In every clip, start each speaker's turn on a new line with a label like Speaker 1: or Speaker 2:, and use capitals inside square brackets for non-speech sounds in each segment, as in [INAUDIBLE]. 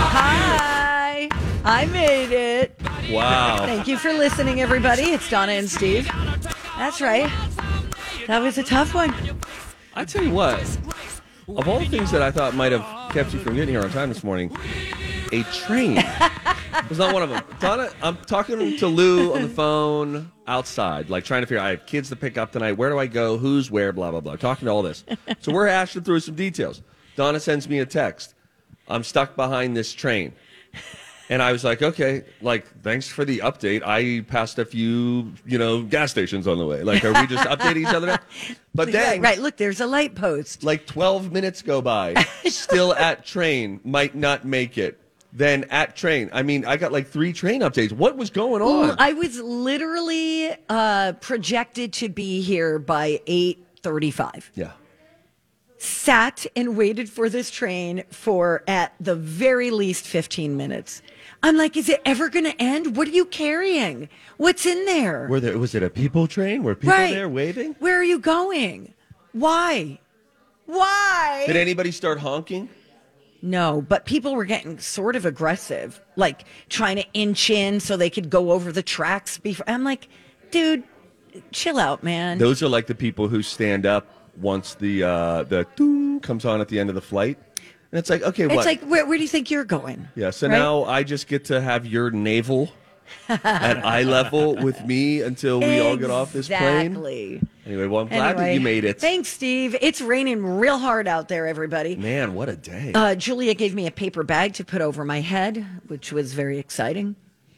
Speaker 1: Hi. I made it.
Speaker 2: Wow.
Speaker 1: Thank you for listening, everybody. It's Donna and Steve. That's right. That was a tough one.
Speaker 2: I tell you what, of all the things that I thought might have kept you from getting here on time this morning, a train was not one of them. Donna, I'm talking to Lou on the phone outside, like trying to figure out I have kids to pick up tonight. Where do I go? Who's where? Blah, blah, blah. Talking to all this. So we're hashing through some details. Donna sends me a text. I'm stuck behind this train. And I was like, okay, like, thanks for the update. I passed a few, you know, gas stations on the way. Like, are we just updating each other now? But
Speaker 1: Right,
Speaker 2: then,
Speaker 1: right. Look, there's a light post.
Speaker 2: like 12 minutes go by still at train might not make it then at train i mean i got like three train updates what was going on
Speaker 1: I was literally uh, projected to be here by 8:35.
Speaker 2: yeah
Speaker 1: Sat and waited for this train for at the very least 15 minutes. I'm like, is it ever going to end? What are you carrying? What's in there?
Speaker 2: were there was it a people train were people
Speaker 1: right.
Speaker 2: there waving
Speaker 1: Where are you going? Why? Why?
Speaker 2: did anybody start honking
Speaker 1: No, but people were getting sort of aggressive, like trying to inch in so they could go over the tracks before. I'm like, dude, chill out, man.
Speaker 2: those are like the people who stand up once the uh the doom comes on at the end of the flight and it's like okay
Speaker 1: it's
Speaker 2: what
Speaker 1: like, where, where do you think you're going?
Speaker 2: yeah so
Speaker 1: Right?
Speaker 2: now i just get to have your navel at eye level with me until we all get off this
Speaker 1: [LAUGHS]
Speaker 2: plane
Speaker 1: Exactly.
Speaker 2: anyway well i'm glad that you
Speaker 1: Anyway,
Speaker 2: made it
Speaker 1: Thanks, Steve. It's raining real hard out there, everybody.
Speaker 2: man what a day
Speaker 1: Uh, Julia gave me a paper bag to put over my head, which was very exciting.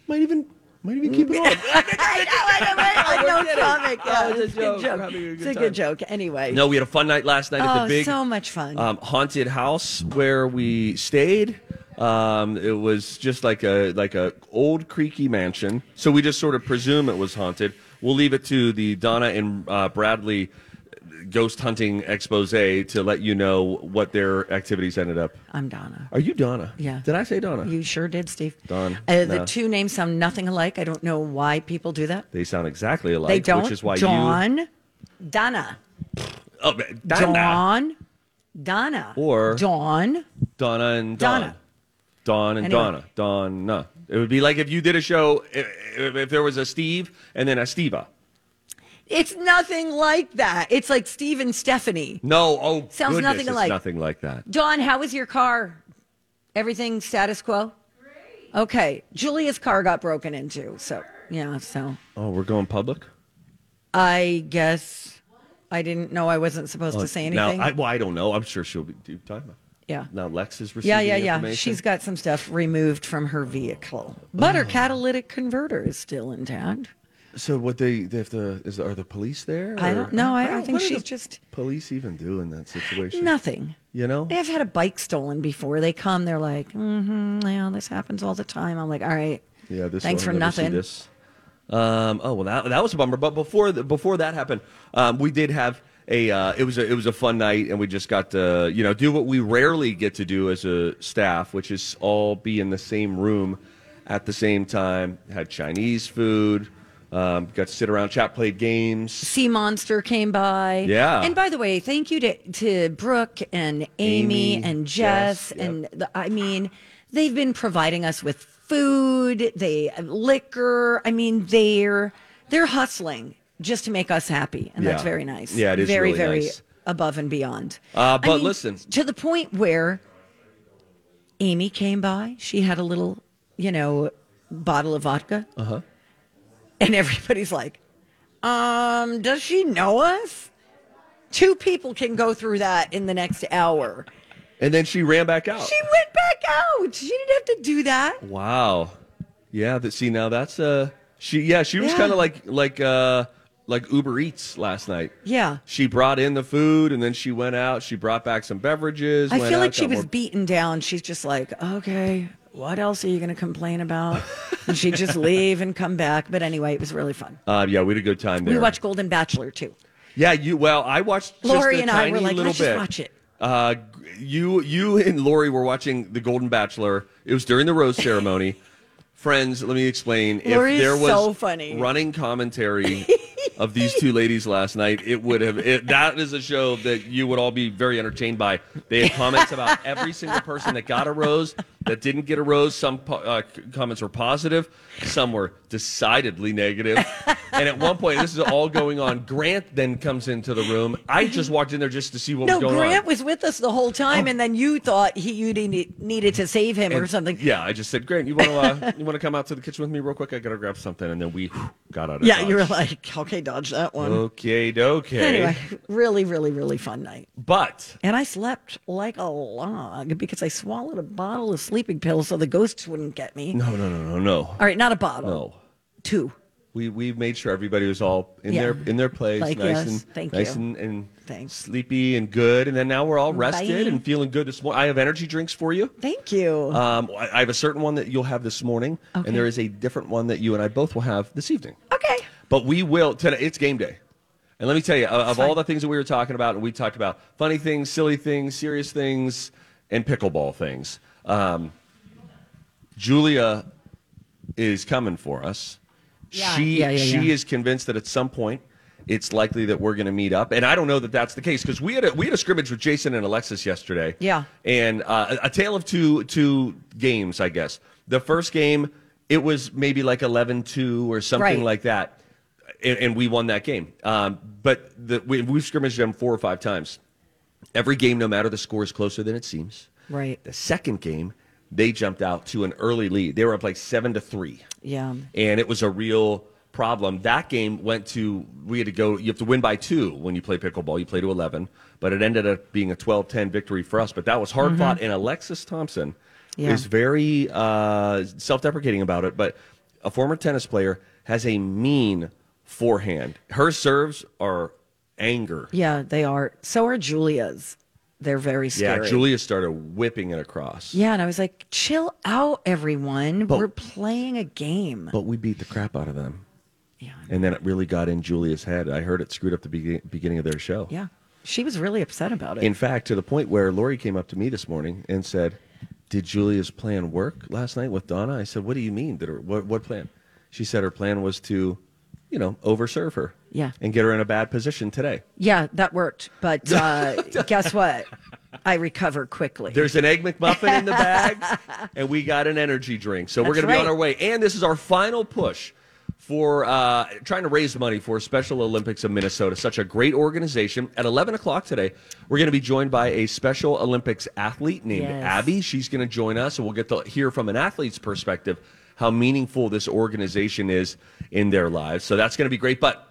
Speaker 2: Might even might even keep it on.
Speaker 1: I know, I know, I know, no comic. Yeah,
Speaker 2: That was Oh, a
Speaker 1: it's
Speaker 2: joke.
Speaker 1: Good
Speaker 2: We're having a
Speaker 1: It's
Speaker 2: good
Speaker 1: a
Speaker 2: time.
Speaker 1: good joke. Anyway.
Speaker 2: [LAUGHS] No, we had a fun night last night
Speaker 1: Oh,
Speaker 2: at the big
Speaker 1: so much fun.
Speaker 2: um, haunted house where we stayed. Um, it was just like a like a old creaky mansion, so we just sort of presume it was haunted. We'll leave it to the Donna and uh, Bradley ghost hunting expose to let you know what their activities ended up.
Speaker 1: I'm Donna.
Speaker 2: Are you Donna?
Speaker 1: Yeah.
Speaker 2: Did I say Donna?
Speaker 1: You sure did, Steve.
Speaker 2: Done.
Speaker 1: Uh, the
Speaker 2: No.
Speaker 1: two names sound nothing alike. I don't know why people do that.
Speaker 2: they sound exactly alike,
Speaker 1: They don't.
Speaker 2: which is why you.
Speaker 1: John, Donna.
Speaker 2: Oh, Donna.
Speaker 1: Dawn, Donna.
Speaker 2: Or-
Speaker 1: Dawn.
Speaker 2: Donna and Dawn.
Speaker 1: Donna.
Speaker 2: Dawn and
Speaker 1: Anyway.
Speaker 2: Donna. Donna. It would be like if you did a show, if, if there was a Steve and then a Steva.
Speaker 1: It's nothing like that. It's like Steve and Stephanie.
Speaker 2: No, oh,
Speaker 1: Sounds
Speaker 2: goodness,
Speaker 1: nothing
Speaker 2: it's
Speaker 1: alike.
Speaker 2: Nothing like that.
Speaker 1: Dawn, how was your car? Everything status quo? Great. Okay. Julia's car got broken into. So, yeah, so
Speaker 2: Oh, we're going public.
Speaker 1: I guess I didn't know I wasn't supposed to say anything.
Speaker 2: Now, I, well, I don't know. I'm sure she'll be do you talking about.
Speaker 1: yeah.
Speaker 2: Now Lex is receiving
Speaker 1: Yeah, yeah, yeah.
Speaker 2: information.
Speaker 1: She's got some stuff removed from her vehicle, but
Speaker 2: Oh.
Speaker 1: her catalytic converter is still intact.
Speaker 2: So what they they have to is are the police there?
Speaker 1: I don't know. I- I think
Speaker 2: what do
Speaker 1: she's
Speaker 2: the
Speaker 1: just-
Speaker 2: police even do in that situation.
Speaker 1: Nothing.
Speaker 2: You know.
Speaker 1: I've had a bike stolen before. They come, they're like, mm-hmm, yeah, this happens all the time. I'm like, all right.
Speaker 2: Yeah, this
Speaker 1: Thanks
Speaker 2: I'll
Speaker 1: for
Speaker 2: never see
Speaker 1: nothing.
Speaker 2: this. Um, oh well, that, that was a bummer. But before the, before that happened, um, we did have a uh, it was a, it was a fun night, and we just got to you know do what we rarely get to do as a staff, which is all be in the same room at the same time. Had Chinese food, um, got to sit around, chat, played games.
Speaker 1: Sea Monster came by.
Speaker 2: Yeah.
Speaker 1: And by the way, thank you to, to Brooke and Amy,
Speaker 2: Amy,
Speaker 1: and
Speaker 2: Jess,
Speaker 1: Jess.
Speaker 2: yep.
Speaker 1: And the, I mean, they've been providing us with food, they liquor. I mean, they're they're hustling just to make us happy. And that's
Speaker 2: Yeah.
Speaker 1: very nice.
Speaker 2: Yeah, it is
Speaker 1: Very,
Speaker 2: really
Speaker 1: very
Speaker 2: nice.
Speaker 1: above and beyond.
Speaker 2: Uh,
Speaker 1: I
Speaker 2: but
Speaker 1: mean,
Speaker 2: listen.
Speaker 1: To the point where Amy came by, she had a little, you know, bottle of vodka.
Speaker 2: Uh-huh.
Speaker 1: And [LAUGHS] everybody's like, um, does she know us? Two people can go through that in the next hour.
Speaker 2: And then she ran back out.
Speaker 1: She went back out. She didn't have to do that.
Speaker 2: Wow. Yeah. That, see now that's uh she yeah she was
Speaker 1: Yeah.
Speaker 2: kind of like like uh like Uber Eats last night.
Speaker 1: Yeah.
Speaker 2: She brought in the food and then she went out. She brought back some beverages.
Speaker 1: I
Speaker 2: went
Speaker 1: feel
Speaker 2: out,
Speaker 1: like she
Speaker 2: got
Speaker 1: was
Speaker 2: more-
Speaker 1: beaten down. She's just like, okay, what else are you going to complain
Speaker 2: [LAUGHS]
Speaker 1: about? And she'd just leave and come back. But anyway, it was really fun.
Speaker 2: Uh, yeah, we had a good time there.
Speaker 1: We watched Golden Bachelor too.
Speaker 2: Yeah, you. Well, I watched.
Speaker 1: Lori
Speaker 2: just a
Speaker 1: and I
Speaker 2: tiny
Speaker 1: were like,
Speaker 2: little
Speaker 1: "Let's
Speaker 2: bit.
Speaker 1: just watch it."
Speaker 2: Uh, you, you and Lori were watching The Golden Bachelor. It was during the
Speaker 1: [LAUGHS]
Speaker 2: rose ceremony. Friends, let me explain.
Speaker 1: Lori is
Speaker 2: if there was
Speaker 1: so funny. [LAUGHS]
Speaker 2: running commentary of these two ladies last night. It would have. It, that is a show that you would all be very entertained by. They had comments about every single person that got a rose, that didn't get a rose. Some po- uh, c- comments were positive, some were decidedly negative. And at one point, this is all going on. Grant then comes into the room. I just walked in there just to see what
Speaker 1: No,
Speaker 2: was going
Speaker 1: Grant
Speaker 2: on.
Speaker 1: was with us the whole time, and then you thought he you need- needed to save him or
Speaker 2: And-
Speaker 1: something.
Speaker 2: Yeah, I just said, Grant, you want to uh, you want to come out to the kitchen with me real quick? I gotta grab something, and then we whew, got out. Of
Speaker 1: Yeah, you were
Speaker 2: Dodge.
Speaker 1: like, okay, dodge that one.
Speaker 2: okay, okay.
Speaker 1: Anyway, really, really, really fun night.
Speaker 2: But
Speaker 1: And I slept like a log because I swallowed a bottle of sleeping pills so the ghosts wouldn't get me.
Speaker 2: no, no, no, no, no,
Speaker 1: All right, not a bottle.
Speaker 2: no.
Speaker 1: Two.
Speaker 2: We we made sure everybody was all in
Speaker 1: Yeah.
Speaker 2: their in their place,
Speaker 1: Like,
Speaker 2: nice
Speaker 1: yes,
Speaker 2: and
Speaker 1: thank
Speaker 2: nice
Speaker 1: you.
Speaker 2: and, and
Speaker 1: Thanks.
Speaker 2: sleepy and good, and then now we're all rested
Speaker 1: Bye.
Speaker 2: and feeling good this morning. I have energy drinks for you.
Speaker 1: Thank you.
Speaker 2: Um, I, I have a certain one that you'll have this morning,
Speaker 1: Okay.
Speaker 2: and there is a different one that you and I both will have this evening.
Speaker 1: okay.
Speaker 2: But we will today. It's game day, and let me tell you, of, of all
Speaker 1: Fine.
Speaker 2: the things that we were talking about, and we talked about funny things, silly things, serious things, and pickleball things. Um, Julia is coming for us.
Speaker 1: Yeah.
Speaker 2: She
Speaker 1: Yeah, yeah,
Speaker 2: she
Speaker 1: yeah.
Speaker 2: is convinced that at some point it's likely that we're going to meet up, and I don't know that that's the case because we had a, we had a scrimmage with Jason and Alexis yesterday.
Speaker 1: Yeah.
Speaker 2: and uh, a a tale of two two games, I guess. The first game it was maybe like 11-2 or something
Speaker 1: Right.
Speaker 2: like that, and, and we won that game. Um, but the, we, we've scrimmaged them four or five times. Every game, no matter the score, is closer than it seems.
Speaker 1: Right.
Speaker 2: The second game, they jumped out to an early lead. They were up like seven to three
Speaker 1: Yeah.
Speaker 2: and it was a real problem. That game went to we had to go. You have to win by two when you play pickleball. You play to eleven, but it ended up being a 12-10 victory for us. But that was hard fought, and Alexis Thompson
Speaker 1: Mm-hmm. Yeah.
Speaker 2: is very uh, self-deprecating about it. But a former tennis player has a mean forehand. Her serves are anger.
Speaker 1: Yeah, they are. So are Julia's. They're very
Speaker 2: Yeah,
Speaker 1: scary.
Speaker 2: Julia started whipping it across.
Speaker 1: Yeah, and I was like, chill out, everyone. We're playing a game.
Speaker 2: But we beat the crap out of them.
Speaker 1: yeah.
Speaker 2: And then it really got in Julia's head. I heard it screwed up the be- beginning of their show.
Speaker 1: Yeah. She was really upset about it.
Speaker 2: In fact, to the point where Lori came up to me this morning and said, "Did Julia's plan work last night with Donna?" I said, "What do you mean? Did her, what what plan?" She said her plan was to, you know, overserve her.
Speaker 1: Yeah.
Speaker 2: And get her in a bad position today.
Speaker 1: yeah, that worked. But [LAUGHS] uh, guess what? I recover quickly.
Speaker 2: There's an egg McMuffin in
Speaker 1: [LAUGHS]
Speaker 2: the bag, and we got an energy drink. So we're
Speaker 1: That's
Speaker 2: going to be on
Speaker 1: right.
Speaker 2: our way. And this is our final push for uh, trying to raise money for Special Olympics of Minnesota, such a great organization. At 11 o'clock today, we're going to be joined by a Special Olympics athlete named
Speaker 1: Yes.
Speaker 2: Abby. She's going to join us, and we'll get to hear from an athlete's perspective how meaningful this organization is in their lives. So that's going to be great. But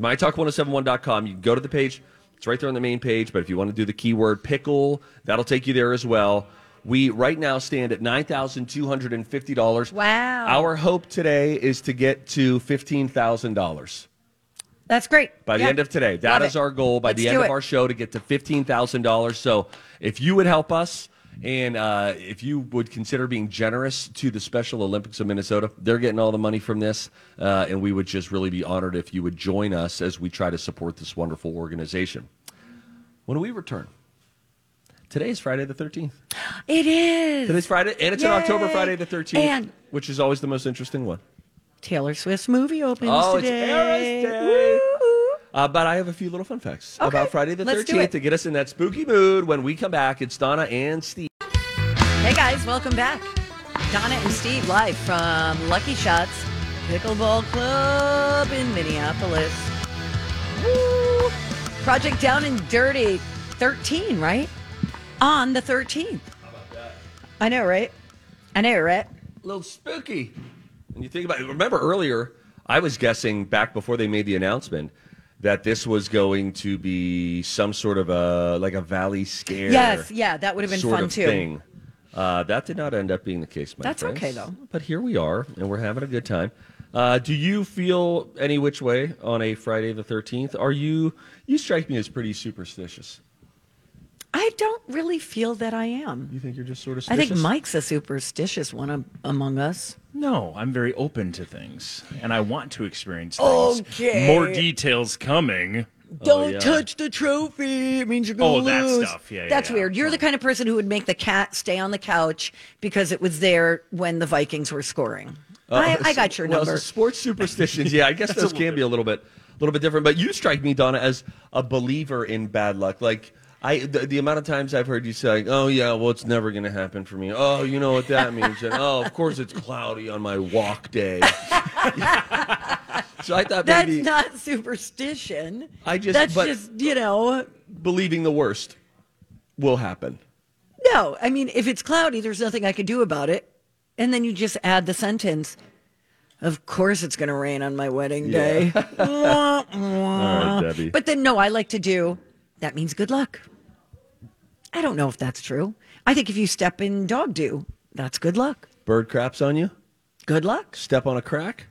Speaker 2: mytalk1071.com, you can go to the page. It's right there on the main page. But if you want to do the keyword pickle, that'll take you there as well. We right now stand at $9,250.
Speaker 1: Wow.
Speaker 2: Our hope today is to get to $15,000
Speaker 1: That's great.
Speaker 2: by the
Speaker 1: Yeah.
Speaker 2: end of today. that
Speaker 1: Love
Speaker 2: is
Speaker 1: it.
Speaker 2: our goal by
Speaker 1: Let's
Speaker 2: the end
Speaker 1: do
Speaker 2: of
Speaker 1: it.
Speaker 2: our show to get to $15,000. So if you would help us and uh, if you would consider being generous to the Special Olympics of Minnesota, they're getting all the money from this. Uh, and we would just really be honored if you would join us as we try to support this wonderful organization. When we return, today is Friday the 13th.
Speaker 1: It is.
Speaker 2: Today's Friday, and it's an
Speaker 1: Yay.
Speaker 2: October Friday the 13th,
Speaker 1: And-
Speaker 2: which is always the most interesting one.
Speaker 1: Taylor Swift's movie opens
Speaker 2: Oh, it's
Speaker 1: today.
Speaker 2: Eras Day.
Speaker 1: Woo.
Speaker 2: Uh, but I have a few little fun facts
Speaker 1: Okay,
Speaker 2: about Friday the
Speaker 1: let's do
Speaker 2: 13th
Speaker 1: it.
Speaker 2: to get us in that spooky mood. When we come back, it's Donna and Steve.
Speaker 1: Hey guys, welcome back. Donna and Steve live from Lucky Shots Pickleball Club in Minneapolis. Woo! Project Down and Dirty 13, right? On the 13th. I know, right? I know, right?
Speaker 2: A little spooky. And you think about it. Remember earlier, I was guessing back before they made the announcement that this was going to be some sort of a like a valley scare.
Speaker 1: Yes, yeah, that would have been
Speaker 2: sort
Speaker 1: fun
Speaker 2: of
Speaker 1: too.
Speaker 2: Thing. Uh, that did not end up being the case, my
Speaker 1: That's
Speaker 2: friends.
Speaker 1: okay, though.
Speaker 2: But here we are, and we're having a good time. Uh, do you feel any which way on a Friday the thirteenth? Are you you strike me as pretty superstitious?
Speaker 1: I don't really feel that I am.
Speaker 2: You think you're just sort of?
Speaker 1: I think
Speaker 2: suspicious?
Speaker 1: Mike's a superstitious one am- among us.
Speaker 3: No, I'm very open to things, and I want to experience things.
Speaker 1: Okay.
Speaker 3: More details coming.
Speaker 1: Don't
Speaker 2: Oh, yeah.
Speaker 1: touch the trophy. It means you're
Speaker 3: Oh,
Speaker 1: going to
Speaker 3: that
Speaker 1: lose.
Speaker 3: stuff. Yeah, yeah,
Speaker 1: That's
Speaker 3: yeah.
Speaker 1: weird. You're the kind of person who would make the cat stay on the couch because it was there when the Vikings were scoring. I, I got your
Speaker 2: Uh, well,
Speaker 1: number. [LAUGHS]
Speaker 2: Sports superstitions. Yeah, I guess those can be a little bit. little bit different. But you strike me, Donna, as a believer in bad luck. Like I, the, the amount of times I've heard you say, "Oh yeah, well it's never going to happen for me." Oh, you know what that means? And, oh, of course it's cloudy on my walk day. [LAUGHS] so I thought
Speaker 1: That's
Speaker 2: maybe
Speaker 1: not superstition.
Speaker 2: I just-
Speaker 1: that's
Speaker 2: but-
Speaker 1: just you know.
Speaker 2: believing the worst will happen.
Speaker 1: No, I mean if it's cloudy, there's nothing I could do about it, and then you just add the sentence. Of course, it's going to rain on my wedding
Speaker 2: [LAUGHS]
Speaker 1: day. Wah, wah.
Speaker 2: right, Debbie.
Speaker 1: But then, no, I like to do. That means good luck. I don't know if that's true. I think if you step in dog do, that's good luck.
Speaker 2: Bird craps on you.
Speaker 1: Good luck.
Speaker 2: Step on a crack.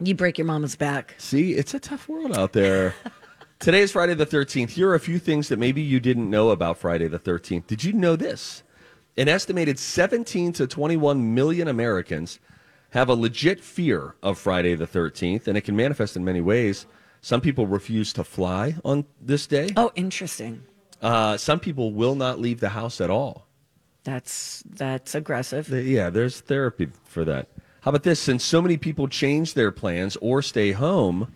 Speaker 1: You break your mama's back.
Speaker 2: See, it's a tough world out there. [LAUGHS] Today is Friday the 13th. Here are a few things that maybe you didn't know about Friday the 13th. Did you know this? An estimated 17 to 21 million Americans have a legit fear of Friday the 13th, and it can manifest in many ways. Some people refuse to fly on this day.
Speaker 1: Oh, interesting.
Speaker 2: Uh, some people will not leave the house at all.
Speaker 1: That's that's aggressive.
Speaker 2: Th- Yeah, there's therapy for that. How about this? Since so many people change their plans or stay home,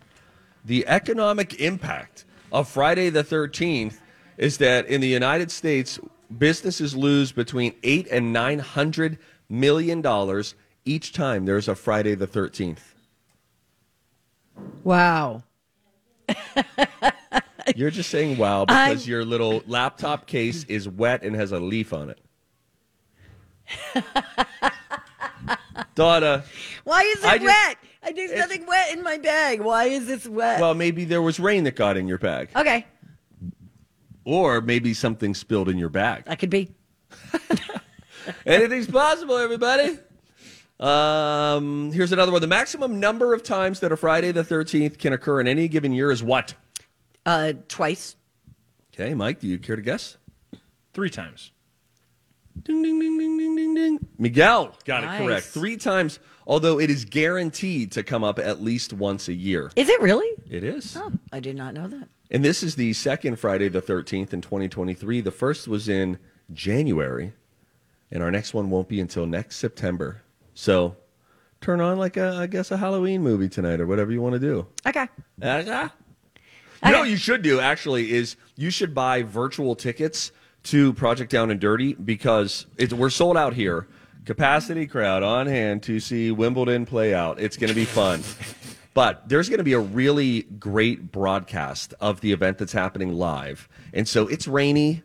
Speaker 2: the economic impact of Friday the 13th is that in the United States, businesses lose between eight and nine hundred million dollars each time there's a Friday the 13th.
Speaker 1: Wow.
Speaker 2: You're just saying wow
Speaker 1: I'm-
Speaker 2: because your little laptop case is wet and has a leaf on it. Donna,
Speaker 1: Why is it
Speaker 2: I just-
Speaker 1: wet? I, there's
Speaker 2: it's-
Speaker 1: nothing wet in my bag. Why is this wet?
Speaker 2: well, maybe there was rain that got in your bag.
Speaker 1: okay,
Speaker 2: or maybe something spilled in your bag.
Speaker 1: that could be.
Speaker 2: Anything's possible, everybody. Um, here's another one. The maximum number of times that a Friday the 13th can occur in any given year is what?
Speaker 1: Uh, twice.
Speaker 2: Okay, Mike, do you care to guess?
Speaker 3: Three times.
Speaker 2: Ding, ding, ding, ding, ding, ding, ding. Miguel got
Speaker 1: Nice.
Speaker 2: it correct. Three times, although it is guaranteed to come up at least once a year.
Speaker 1: Is it really?
Speaker 2: It is.
Speaker 1: Oh, I did not know that.
Speaker 2: And this is the second Friday the 13th in 2023. The first was in January, and our next one won't be until next September. So turn on, like, a, I guess, a Halloween movie tonight or whatever you want to do.
Speaker 1: Okay.
Speaker 2: Uh-huh. You know what you should do, actually, is you should buy virtual tickets to Project Down and Dirty because it's, we're sold out here. Capacity crowd on hand to see Wimbledon play out. It's going to be fun. But there's going to be a really great broadcast of the event that's happening live. And so it's rainy.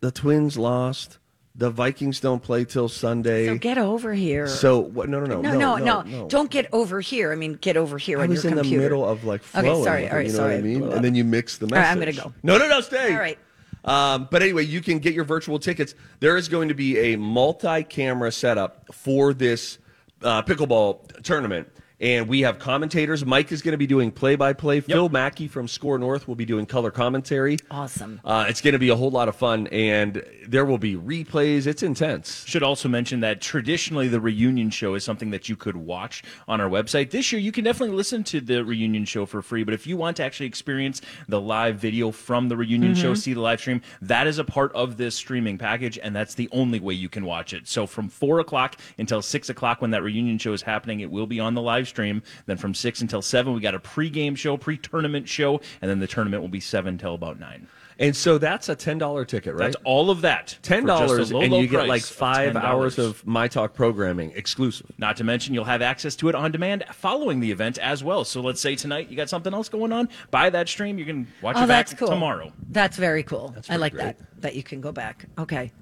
Speaker 2: The Twins lost. The Vikings don't play till Sunday.
Speaker 1: So get over here.
Speaker 2: So what? No, no, no,
Speaker 1: no, no, no, Don't get over here. I mean, get over here
Speaker 2: I
Speaker 1: on
Speaker 2: was
Speaker 1: your
Speaker 2: in
Speaker 1: computer.
Speaker 2: the middle of like
Speaker 1: Okay,
Speaker 2: flowing.
Speaker 1: sorry,
Speaker 2: with it,
Speaker 1: all right,
Speaker 2: you know
Speaker 1: sorry,
Speaker 2: what
Speaker 1: I
Speaker 2: I mean?
Speaker 1: blew up.
Speaker 2: And then you mix the
Speaker 1: right,
Speaker 2: message.
Speaker 1: I'm gonna go.
Speaker 2: No, no, no, stay.
Speaker 1: All right.
Speaker 2: Um, but anyway, you can get your virtual tickets. There is going to be a multi-camera setup for this uh, pickleball tournament. And we have commentators. Mike is going to be doing play-by-play. Phil Mackey from Score North will be doing color commentary.
Speaker 1: Awesome.
Speaker 2: Uh, it's going to be a whole lot of fun, and there will be replays. It's intense.
Speaker 3: Should also mention that traditionally the reunion show is something that you could watch on our website. This year you can definitely listen to the reunion show for free, but if you want to actually experience the live video from the reunion
Speaker 2: Mm-hmm.
Speaker 3: show, see the live stream, that is a part of this streaming package, and that's the only way you can watch it. So from four o'clock until six o'clock when that reunion show is happening, it will be on the live stream. Then from six until seven, we got a pre-game show, pre-tournament show, and then the tournament will be seven till about nine.
Speaker 2: And so that's a $10 ticket, right?
Speaker 3: That's all of that. for
Speaker 2: ten
Speaker 3: just
Speaker 2: dollars
Speaker 3: a low,
Speaker 2: and
Speaker 3: low
Speaker 2: you get
Speaker 3: price
Speaker 2: like
Speaker 3: of
Speaker 2: five
Speaker 3: $10.
Speaker 2: hours of my talk programming exclusive
Speaker 3: Not to mention, you'll have access to it on demand following the event as well. So let's say tonight you got something else going on, buy that stream. You can watch
Speaker 1: Oh,
Speaker 3: it back
Speaker 1: that's cool.
Speaker 3: tomorrow.
Speaker 1: That's very cool. I
Speaker 2: very
Speaker 1: like
Speaker 2: great.
Speaker 1: that. That you can go back. Okay.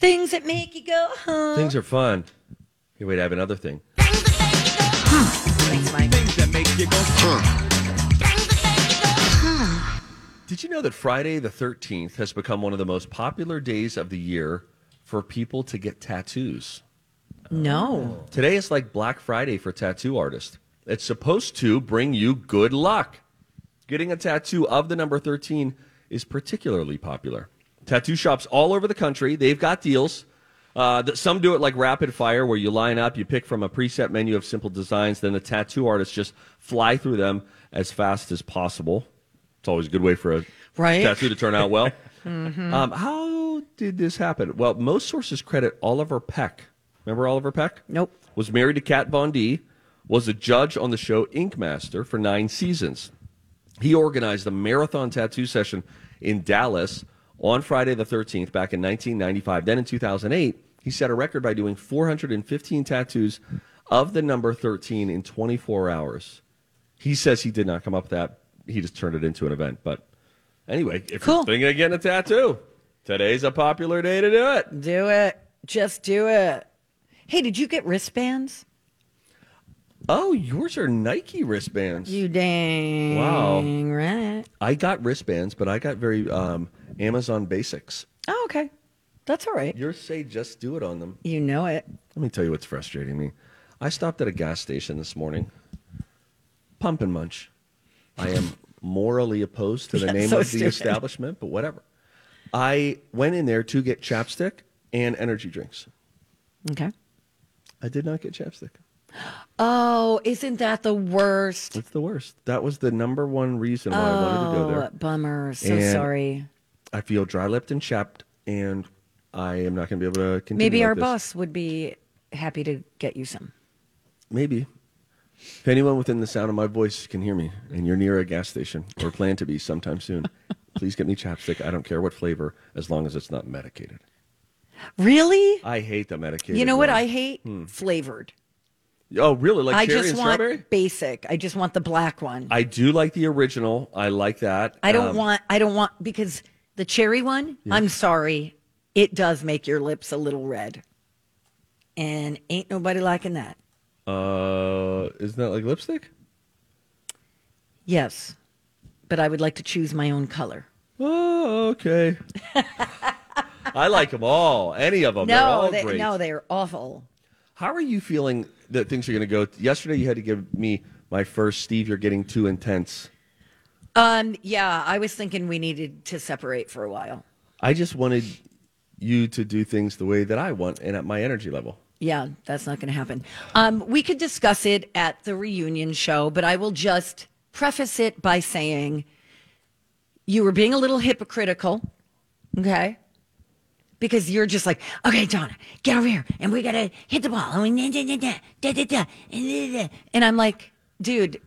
Speaker 1: Things that make you go, huh?
Speaker 2: things are fun here wait i have another thing
Speaker 1: Thanks, Mike.
Speaker 2: did you know that friday the 13th has become one of the most popular days of the year for people to get tattoos
Speaker 1: No.
Speaker 2: today is like black friday for tattoo artists it's supposed to bring you good luck getting a tattoo of the number 13 is particularly popular tattoo shops all over the country they've got deals Uh, th- some do it like rapid fire, where you line up, you pick from a preset menu of simple designs, then the tattoo artists just fly through them as fast as possible. It's always a good way for a
Speaker 1: Right.
Speaker 2: tattoo to turn out well. um, how did this happen? Well, most sources credit Oliver Peck. Remember Oliver Peck?
Speaker 1: Nope.
Speaker 2: Was married to Kat Von D, was a judge on the show Ink Master for nine seasons. He organized a marathon tattoo session in Dallas on Friday the 13th back in 1995. Then in 2008, he set a record by doing 415 tattoos of the number 13 in 24 hours. He says he did not come up with that. He just turned it into an event. But anyway, if
Speaker 1: Cool.
Speaker 2: you're thinking of getting a tattoo, today's a popular day to do it.
Speaker 1: Do it. Just do it. Hey, did you get wristbands?
Speaker 2: Oh, yours are Nike wristbands.
Speaker 1: You dang
Speaker 2: Wow.
Speaker 1: right.
Speaker 2: I got wristbands, but I got very um, Amazon basics.
Speaker 1: Oh, okay. That's all right.
Speaker 2: Yours say just do it on them.
Speaker 1: You know it.
Speaker 2: Let me tell you what's frustrating me. I stopped at a gas station this morning. Pump and munch. I am morally opposed to
Speaker 1: [LAUGHS]
Speaker 2: the
Speaker 1: Yeah,
Speaker 2: name
Speaker 1: so
Speaker 2: of the
Speaker 1: stupid.
Speaker 2: establishment, but whatever. I went in there to get chapstick and energy drinks.
Speaker 1: Okay.
Speaker 2: I did not get chapstick.
Speaker 1: Oh, isn't that the worst?
Speaker 2: It's the worst. That was the number one reason why I wanted to go
Speaker 1: Oh,
Speaker 2: there.
Speaker 1: bummer. So
Speaker 2: And-
Speaker 1: sorry.
Speaker 2: I feel dry lipped and chapped, and I am not going to be able to continue.
Speaker 1: Maybe
Speaker 2: like
Speaker 1: our
Speaker 2: this.
Speaker 1: boss would be happy to get you some.
Speaker 2: Maybe. If anyone within the sound of my voice can hear me and you're near a gas station
Speaker 1: [LAUGHS]
Speaker 2: or plan to be sometime soon, please get me chapstick. I don't care what flavor as long as it's not medicated.
Speaker 1: Really?
Speaker 2: I hate the medicated.
Speaker 1: You know what
Speaker 2: one.
Speaker 1: I hate? Flavored.
Speaker 2: Oh, really? Like
Speaker 1: I
Speaker 2: Hmm. cherry
Speaker 1: just
Speaker 2: and
Speaker 1: want
Speaker 2: strawberry?
Speaker 1: basic. I just want the black one. I,
Speaker 2: I do like the original. I like that.
Speaker 1: don't
Speaker 2: Um,
Speaker 1: want I don't want because the cherry one, I'm sorry, it does make your lips a little red. And ain't nobody liking that.
Speaker 2: Uh, isn't that like lipstick?
Speaker 1: Yes. But I would like to choose my own color.
Speaker 2: Oh, okay. [LAUGHS] I like them all. Any of them. They're
Speaker 1: No,
Speaker 2: all
Speaker 1: they,
Speaker 2: great.
Speaker 1: no, they're awful.
Speaker 2: How are you feeling that things are going to go? Yesterday, you had to give me my first Steve. You're getting too intense.
Speaker 1: Um, yeah, I was thinking we needed to separate for a while.
Speaker 2: I just wanted you to do things the way that I want and at my energy level.
Speaker 1: Yeah, that's not going to happen. Um, we could discuss it at the reunion show, but I will just preface it by saying you were being a little hypocritical, okay? Because you're just like, okay, Donna, get over here, and we gotta hit the ball, and we da da da da da da da da da, and I'm like, dude.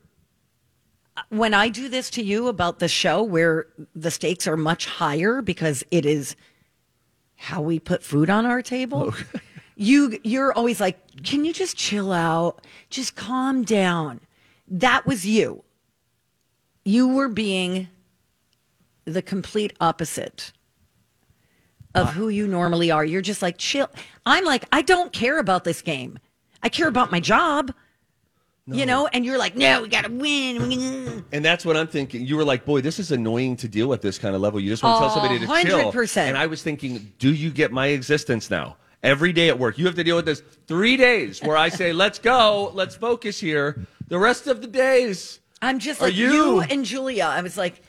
Speaker 1: When I do this to you about the show, where the stakes are much higher because it is how we put food on our table. You you're always like, "Can you just chill out? Just calm down." That was you. You were being the complete opposite of who you normally are. You're just like, "Chill." I'm like, "I don't care about this game. I care about my job." You know, and you're like, "No, we got to win."
Speaker 2: And that's what I'm thinking. You were like, boy, this is annoying to deal with this kind of level. You just want to tell somebody to chill.
Speaker 1: 100%.
Speaker 2: And I was thinking, do you get my existence now? Every day at work, you have to deal with this three days where I say, let's go, let's focus here. The rest of the days,
Speaker 1: I'm just
Speaker 2: Are
Speaker 1: like you?
Speaker 2: you-
Speaker 1: and Julia. I was like,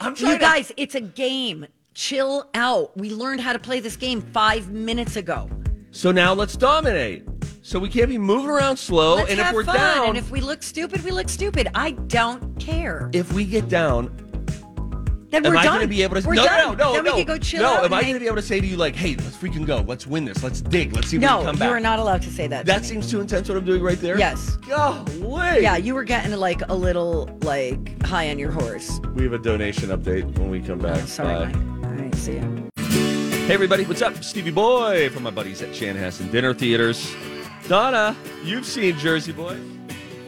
Speaker 2: I'm trying
Speaker 1: you
Speaker 2: to-
Speaker 1: guys, it's a game. Chill out. We learned how to play this game five minutes ago.
Speaker 2: so now let's dominate. So we can't be moving around slow.
Speaker 1: Let's
Speaker 2: and
Speaker 1: have
Speaker 2: if we're
Speaker 1: fun.
Speaker 2: down,
Speaker 1: and if we look stupid, we look stupid. I don't care.
Speaker 2: if we get down,
Speaker 1: Then
Speaker 2: am
Speaker 1: we're
Speaker 2: I
Speaker 1: done.
Speaker 2: going to be able to?
Speaker 1: We're
Speaker 2: no,
Speaker 1: done.
Speaker 2: no, no,
Speaker 1: Then
Speaker 2: no.
Speaker 1: we can go chill
Speaker 2: no,
Speaker 1: out.
Speaker 2: am
Speaker 1: and
Speaker 2: I
Speaker 1: they-
Speaker 2: going to be able to say to you like, "Hey, let's freaking go. Let's win this. Let's dig. Let's see if we
Speaker 1: No,
Speaker 2: can come
Speaker 1: you
Speaker 2: back."
Speaker 1: are not allowed to say that. to
Speaker 2: That
Speaker 1: me.
Speaker 2: seems too intense. What I'm doing right there.
Speaker 1: Yes.
Speaker 2: Golly.
Speaker 1: Yeah, you were getting like a little like high on your horse.
Speaker 2: We have a donation update when we come back. Uh,
Speaker 1: Sorry,
Speaker 2: Bye.
Speaker 1: Mike. All right, see ya.
Speaker 2: Hey everybody, what's up? Stevie Boy from my buddies at Chanhassen Dinner Theaters. Donna, you've seen Jersey Boy.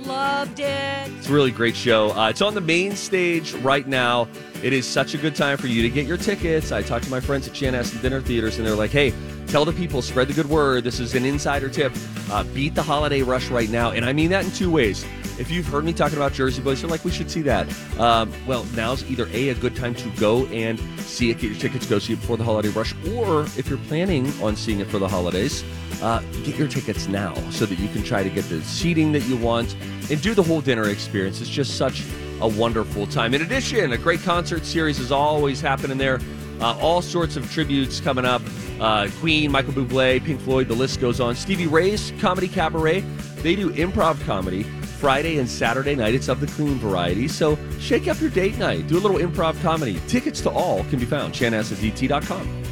Speaker 1: Loved it.
Speaker 2: It's a really great show. Uh, it's on the main stage right now. It is such a good time for you to get your tickets. I talked to my friends at Chanhassen Dinner Theaters, and they're like, hey, tell the people, spread the good word. This is an insider tip. Uh, beat the holiday rush right now. And I mean that in two ways. If you've heard me talking about Jersey Boys, you're like, we should see that. Um, well, now's either A, a good time to go and see it, get your tickets, go see it before the holiday rush, or if you're planning on seeing it for the holidays, uh, get your tickets now so that you can try to get the seating that you want and do the whole dinner experience. It's just such a wonderful time. In addition, a great concert series is always happening there. Uh, all sorts of tributes coming up. Uh, Queen, Michael Bublé, Pink Floyd, the list goes on. Stevie Ray's Comedy Cabaret, they do improv comedy Friday and Saturday night. It's of the clean variety. So shake up your date night. Do a little improv comedy. Tickets to all can be found. ChanAssaDT.com.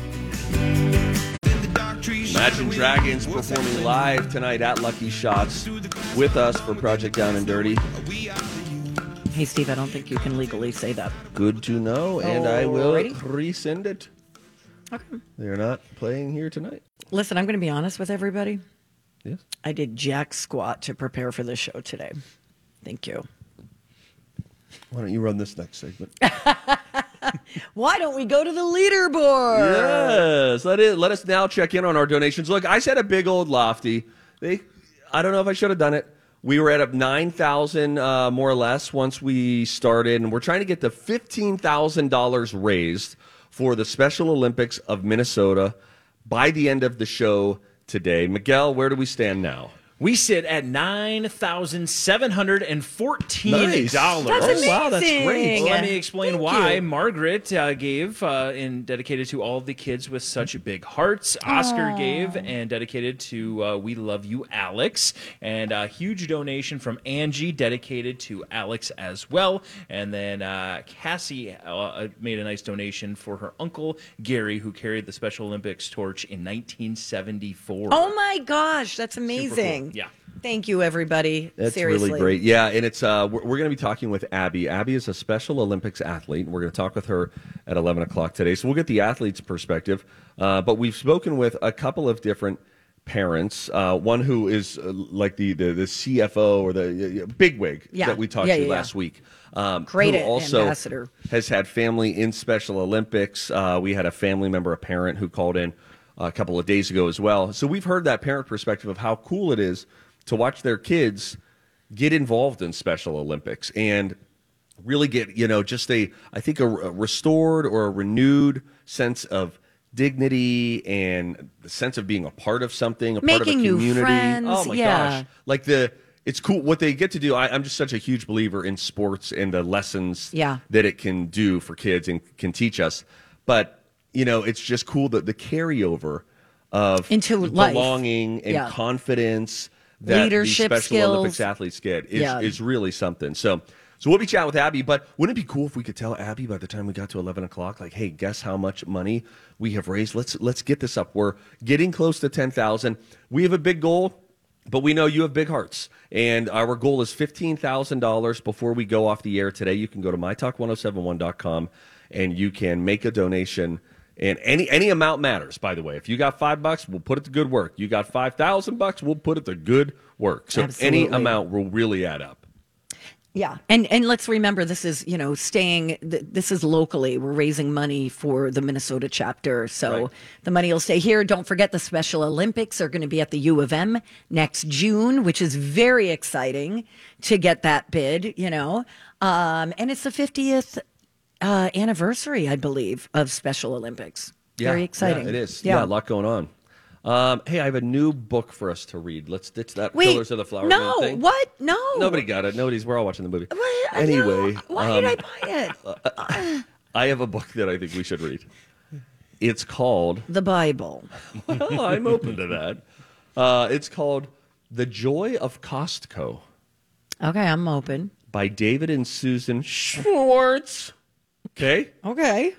Speaker 2: Imagine Dragons performing live tonight at Lucky Shots with us for Project Down and Dirty.
Speaker 1: Hey, Steve, I don't think you can legally say that.
Speaker 2: Good to know, and I will
Speaker 1: Alrighty.
Speaker 2: resend it.
Speaker 1: Okay.
Speaker 2: They're not playing here tonight.
Speaker 1: Listen, I'm going to be honest with everybody.
Speaker 2: Yes.
Speaker 1: I did jack squat to prepare for this show today. Thank you.
Speaker 2: Why don't you run this next segment?
Speaker 1: Why don't we go to the leaderboard?
Speaker 2: yes, that is. Let us now check in on our donations. Look, I said a big old lofty. They, I don't know if I should have done it. We were at up nine thousand uh, more or less once we started, and we're trying to get the fifteen thousand dollars raised for the Special Olympics of Minnesota by the end of the show today. Miguel, where do we stand now?
Speaker 3: We sit at nine thousand seven hundred and fourteen dollars.
Speaker 1: That's
Speaker 2: oh, wow, that's
Speaker 1: amazing.
Speaker 2: great.
Speaker 3: Well, let me explain
Speaker 1: Thank
Speaker 3: why
Speaker 1: you.
Speaker 3: Margaret uh, gave uh, and dedicated to all of the kids with such big hearts. Oscar gave and dedicated to uh, We Love You, Alex. And a huge donation from Angie dedicated to Alex as well. And then uh, Cassie uh, made a nice donation for her uncle, Gary, who carried the Special Olympics torch in 1974.
Speaker 1: Oh my gosh, that's amazing.
Speaker 3: Yeah.
Speaker 1: Thank you, everybody.
Speaker 2: That's
Speaker 1: Seriously.
Speaker 2: really great. Yeah, and it's uh, we're, we're going to be talking with Abby. Abby is a Special Olympics athlete. We're going to talk with her at eleven o'clock today, so we'll get the athlete's perspective. Uh, but we've spoken with a couple of different parents. Uh, one who is uh, like the, the the CFO or the uh, bigwig
Speaker 1: Yeah.
Speaker 2: that we talked
Speaker 1: Yeah,
Speaker 2: to
Speaker 1: yeah,
Speaker 2: last
Speaker 1: yeah.
Speaker 2: week. Um,
Speaker 1: Great
Speaker 2: who
Speaker 1: a-
Speaker 2: also
Speaker 1: ambassador.
Speaker 2: has had family in Special Olympics. Uh, we had a family member, a parent, who called in a couple of days ago as well. So we've heard that parent perspective of how cool it is to watch their kids get involved in Special Olympics and really get you know just a I think a, a restored or a renewed sense of dignity and the sense of being a part of something, a part of
Speaker 1: Making
Speaker 2: a
Speaker 1: new
Speaker 2: community.
Speaker 1: friends,
Speaker 2: oh my
Speaker 1: yeah.
Speaker 2: gosh! Like the it's cool what they get to do. I, I'm just such a huge believer in sports and the lessons
Speaker 1: Yeah.
Speaker 2: that it can do for kids and can teach us. But you know, it's just cool that the carryover of
Speaker 1: Into life.
Speaker 2: belonging and
Speaker 1: Yeah.
Speaker 2: confidence that
Speaker 1: Leadership
Speaker 2: these Special Olympics
Speaker 1: skills.
Speaker 2: athletes get is,
Speaker 1: Yeah.
Speaker 2: is really something. So. So we'll be chatting with Abby, but wouldn't it be cool if we could tell Abby by the time we got to eleven o'clock, like, hey, guess how much money we have raised? Let's let's get this up. We're getting close to ten thousand. We have a big goal, but we know you have big hearts, and our goal is fifteen thousand dollars before we go off the air today. You can go to mytalk1071.com and you can make a donation. And any any amount matters, by the way. If you got five bucks, we'll put it to good work. You got five thousand bucks, we'll put it to good work. So any
Speaker 1: Absolutely.
Speaker 2: amount will really add up.
Speaker 1: Yeah, and and let's remember this is you know staying. Th- this is locally. We're raising money for the Minnesota chapter, so
Speaker 2: Right.
Speaker 1: the money will stay here. Don't forget the Special Olympics are going to be at the U of M next June, which is very exciting to get that bid. You know, um, and it's the fiftieth uh, anniversary, I believe, of Special Olympics. very exciting.
Speaker 2: Yeah, it is. Yeah. a lot going on. Um, hey, I have a new book for us to read. Let's ditch that
Speaker 1: Wait,
Speaker 2: Pillars of the Flower
Speaker 1: no,
Speaker 2: Moon thing.
Speaker 1: what? No,
Speaker 2: Nobody got it. Nobody's. We're all watching the movie.
Speaker 1: What? No,
Speaker 2: Anyway,
Speaker 1: why
Speaker 2: um,
Speaker 1: did I buy it?
Speaker 2: I have a book that I think we should read. It's called. [LAUGHS]
Speaker 1: The Bible.
Speaker 2: Well, I'm open to that. Uh, it's called "The Joy of Costco"
Speaker 1: Okay, I'm open.
Speaker 2: by David and Susan Schwartz. Okay.
Speaker 1: Okay.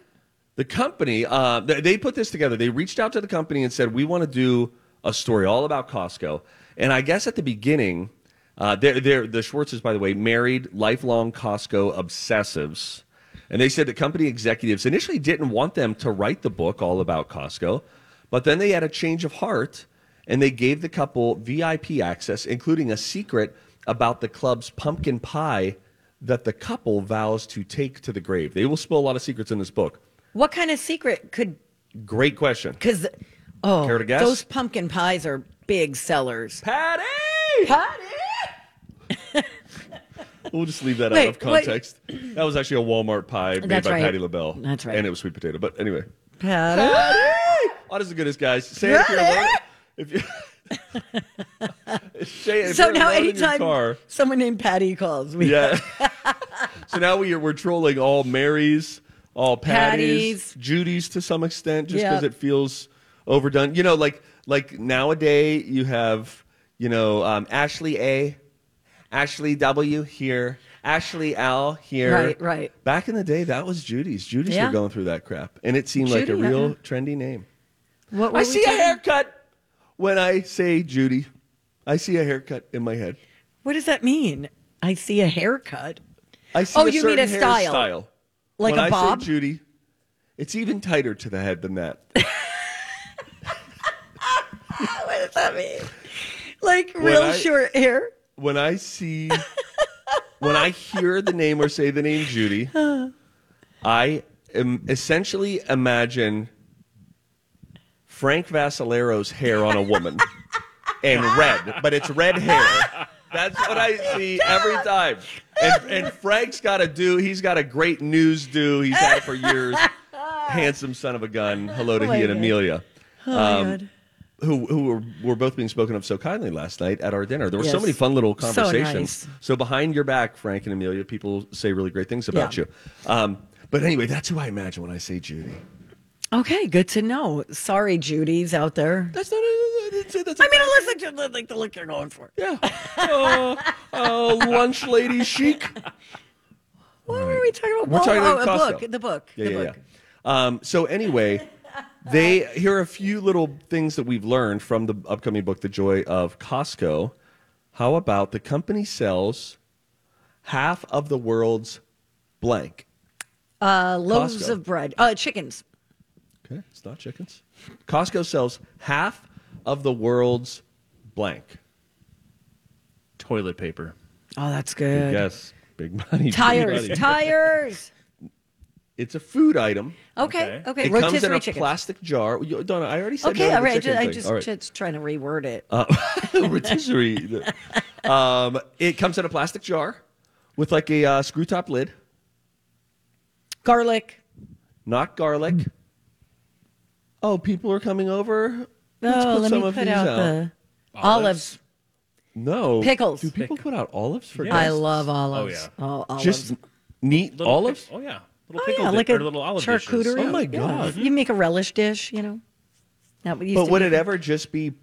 Speaker 2: the company uh, they, they put this together they reached out to the company and said we want to do a story all about costco and i guess at the beginning uh, they're, they're, the schwartzes by the way married lifelong costco obsessives and they said the company executives initially didn't want them to write the book all about costco but then they had a change of heart and they gave the couple vip access including a secret about the club's pumpkin pie that the couple vows to take to the grave they will spill a lot of secrets in this book
Speaker 1: What kind of secret could
Speaker 2: Great question.
Speaker 1: because oh
Speaker 2: Care to guess?
Speaker 1: those pumpkin pies are big sellers.
Speaker 2: Patty!
Speaker 1: Patty!
Speaker 2: We'll just leave that out
Speaker 1: Wait,
Speaker 2: of context. That was actually a Walmart pie made
Speaker 1: That's
Speaker 2: by
Speaker 1: right.
Speaker 2: Patty LaBelle.
Speaker 1: That's right.
Speaker 2: And it was sweet potato. But anyway.
Speaker 1: Patty.
Speaker 2: On is the goodest, guys. Say it if you're alone. If you [LAUGHS] Say it if
Speaker 1: [LAUGHS] So
Speaker 2: you're
Speaker 1: now
Speaker 2: alone in your
Speaker 1: anytime
Speaker 2: car.
Speaker 1: someone named Patty calls, we
Speaker 2: Yeah. [LAUGHS] so now we are, we're trolling all Marys, all Patties,
Speaker 1: Patties.
Speaker 2: Judy's to some extent, just because
Speaker 1: Yep.
Speaker 2: it feels overdone. You know, like like nowadays you have you know um, Ashley A, Ashley W here, Ashley L here.
Speaker 1: Right, right.
Speaker 2: Back in the day, that was Judy's. Judy's
Speaker 1: Yeah.
Speaker 2: were going through that crap, and it seemed like a
Speaker 1: Judy, yeah.
Speaker 2: real trendy name.
Speaker 1: What were
Speaker 2: I
Speaker 1: we
Speaker 2: see a
Speaker 1: talking-
Speaker 2: haircut when I say Judy. I see a haircut in my head.
Speaker 1: What does that mean? I see a haircut.
Speaker 2: I see
Speaker 1: Oh,
Speaker 2: a
Speaker 1: you mean
Speaker 2: certain
Speaker 1: a style.
Speaker 2: hairstyle.
Speaker 1: Like
Speaker 2: when
Speaker 1: a
Speaker 2: I
Speaker 1: bob?
Speaker 2: Say Judy, it's even tighter to the head than that.
Speaker 1: [LAUGHS] What does that mean? Like
Speaker 2: When
Speaker 1: real
Speaker 2: I-
Speaker 1: short hair?
Speaker 2: when I see, when I hear the name or say the name Judy, I am essentially imagine Frank Vassilero's hair on a woman and red, but it's red hair. That's what I see every time. And, and Frank's got to do, he's got a great news do. He's had it for years. Handsome son of a gun. Hello to
Speaker 1: Oh my
Speaker 2: he and
Speaker 1: God.
Speaker 2: Amelia
Speaker 1: Oh
Speaker 2: Um,
Speaker 1: my God.
Speaker 2: who who were, were both being spoken of so kindly last night at our dinner. There were so
Speaker 1: Yes.
Speaker 2: many fun little
Speaker 1: So
Speaker 2: conversations.
Speaker 1: nice.
Speaker 2: behind your back, Frank and Amelia, people say really great things about
Speaker 1: Yeah.
Speaker 2: you. Um, but anyway, that's who I imagine when I say Judy.
Speaker 1: Okay, good to know. Sorry, Judy's out there.
Speaker 2: That's not. A, that's a, that's a,
Speaker 1: I mean, unless I just like the look you're going for.
Speaker 2: yeah. [LAUGHS] Oh, oh, lunch lady chic.
Speaker 1: What were we talking about?
Speaker 2: We're talking
Speaker 1: oh,
Speaker 2: about
Speaker 1: oh,
Speaker 2: Costco.
Speaker 1: a book. The book.
Speaker 2: Yeah,
Speaker 1: the
Speaker 2: yeah, yeah.
Speaker 1: book.
Speaker 2: Um, so anyway, they here are a few little things that we've learned from the upcoming book, The Joy of Costco. How about the company sells half of the world's blank?
Speaker 1: Uh, loaves
Speaker 2: Costco.
Speaker 1: of bread. Uh, chickens.
Speaker 2: Okay, it's not chickens. Costco sells half of the world's blank.
Speaker 3: Toilet paper.
Speaker 1: Oh, that's good.
Speaker 2: Yes, big money. big
Speaker 1: Tires.
Speaker 2: money.
Speaker 3: [LAUGHS]
Speaker 1: Tires.
Speaker 2: It's a food item.
Speaker 1: Okay.
Speaker 3: Okay.
Speaker 1: Okay.
Speaker 2: it comes in
Speaker 1: Rotisserie
Speaker 2: a
Speaker 1: chicken.
Speaker 2: plastic jar. You- Donna, I already said
Speaker 1: Okay.
Speaker 2: no to
Speaker 1: All
Speaker 2: the
Speaker 1: right. I
Speaker 2: chicken
Speaker 1: just, I
Speaker 2: thing.
Speaker 1: just,
Speaker 2: All right. Uh,
Speaker 1: just trying to reword it.
Speaker 2: [LAUGHS] rotisserie. um, it comes in a plastic jar with like a uh, screw top lid,
Speaker 1: Garlic.
Speaker 2: not garlic. Oh, people are coming over. Let's
Speaker 1: Oh,
Speaker 2: put
Speaker 1: let
Speaker 2: some
Speaker 1: me
Speaker 2: of
Speaker 1: put
Speaker 2: these uh,
Speaker 1: out, the olives.
Speaker 2: no
Speaker 1: Pickles.
Speaker 2: Do people put out olives for
Speaker 3: Yeah.
Speaker 1: I
Speaker 2: guests?
Speaker 1: love olives.
Speaker 3: yeah.
Speaker 1: Oh, olives.
Speaker 2: just neat
Speaker 3: Little
Speaker 2: olives.
Speaker 3: pic- Oh yeah. Little
Speaker 1: oh,
Speaker 3: pickle
Speaker 1: yeah,
Speaker 3: dip
Speaker 1: like
Speaker 3: or
Speaker 1: a
Speaker 3: little olive dishes.
Speaker 1: charcuterie.
Speaker 2: Oh, my
Speaker 1: Yeah.
Speaker 2: God.
Speaker 1: You make a relish dish, you know. That we used
Speaker 2: But
Speaker 1: to
Speaker 2: would
Speaker 1: make.
Speaker 2: it ever just be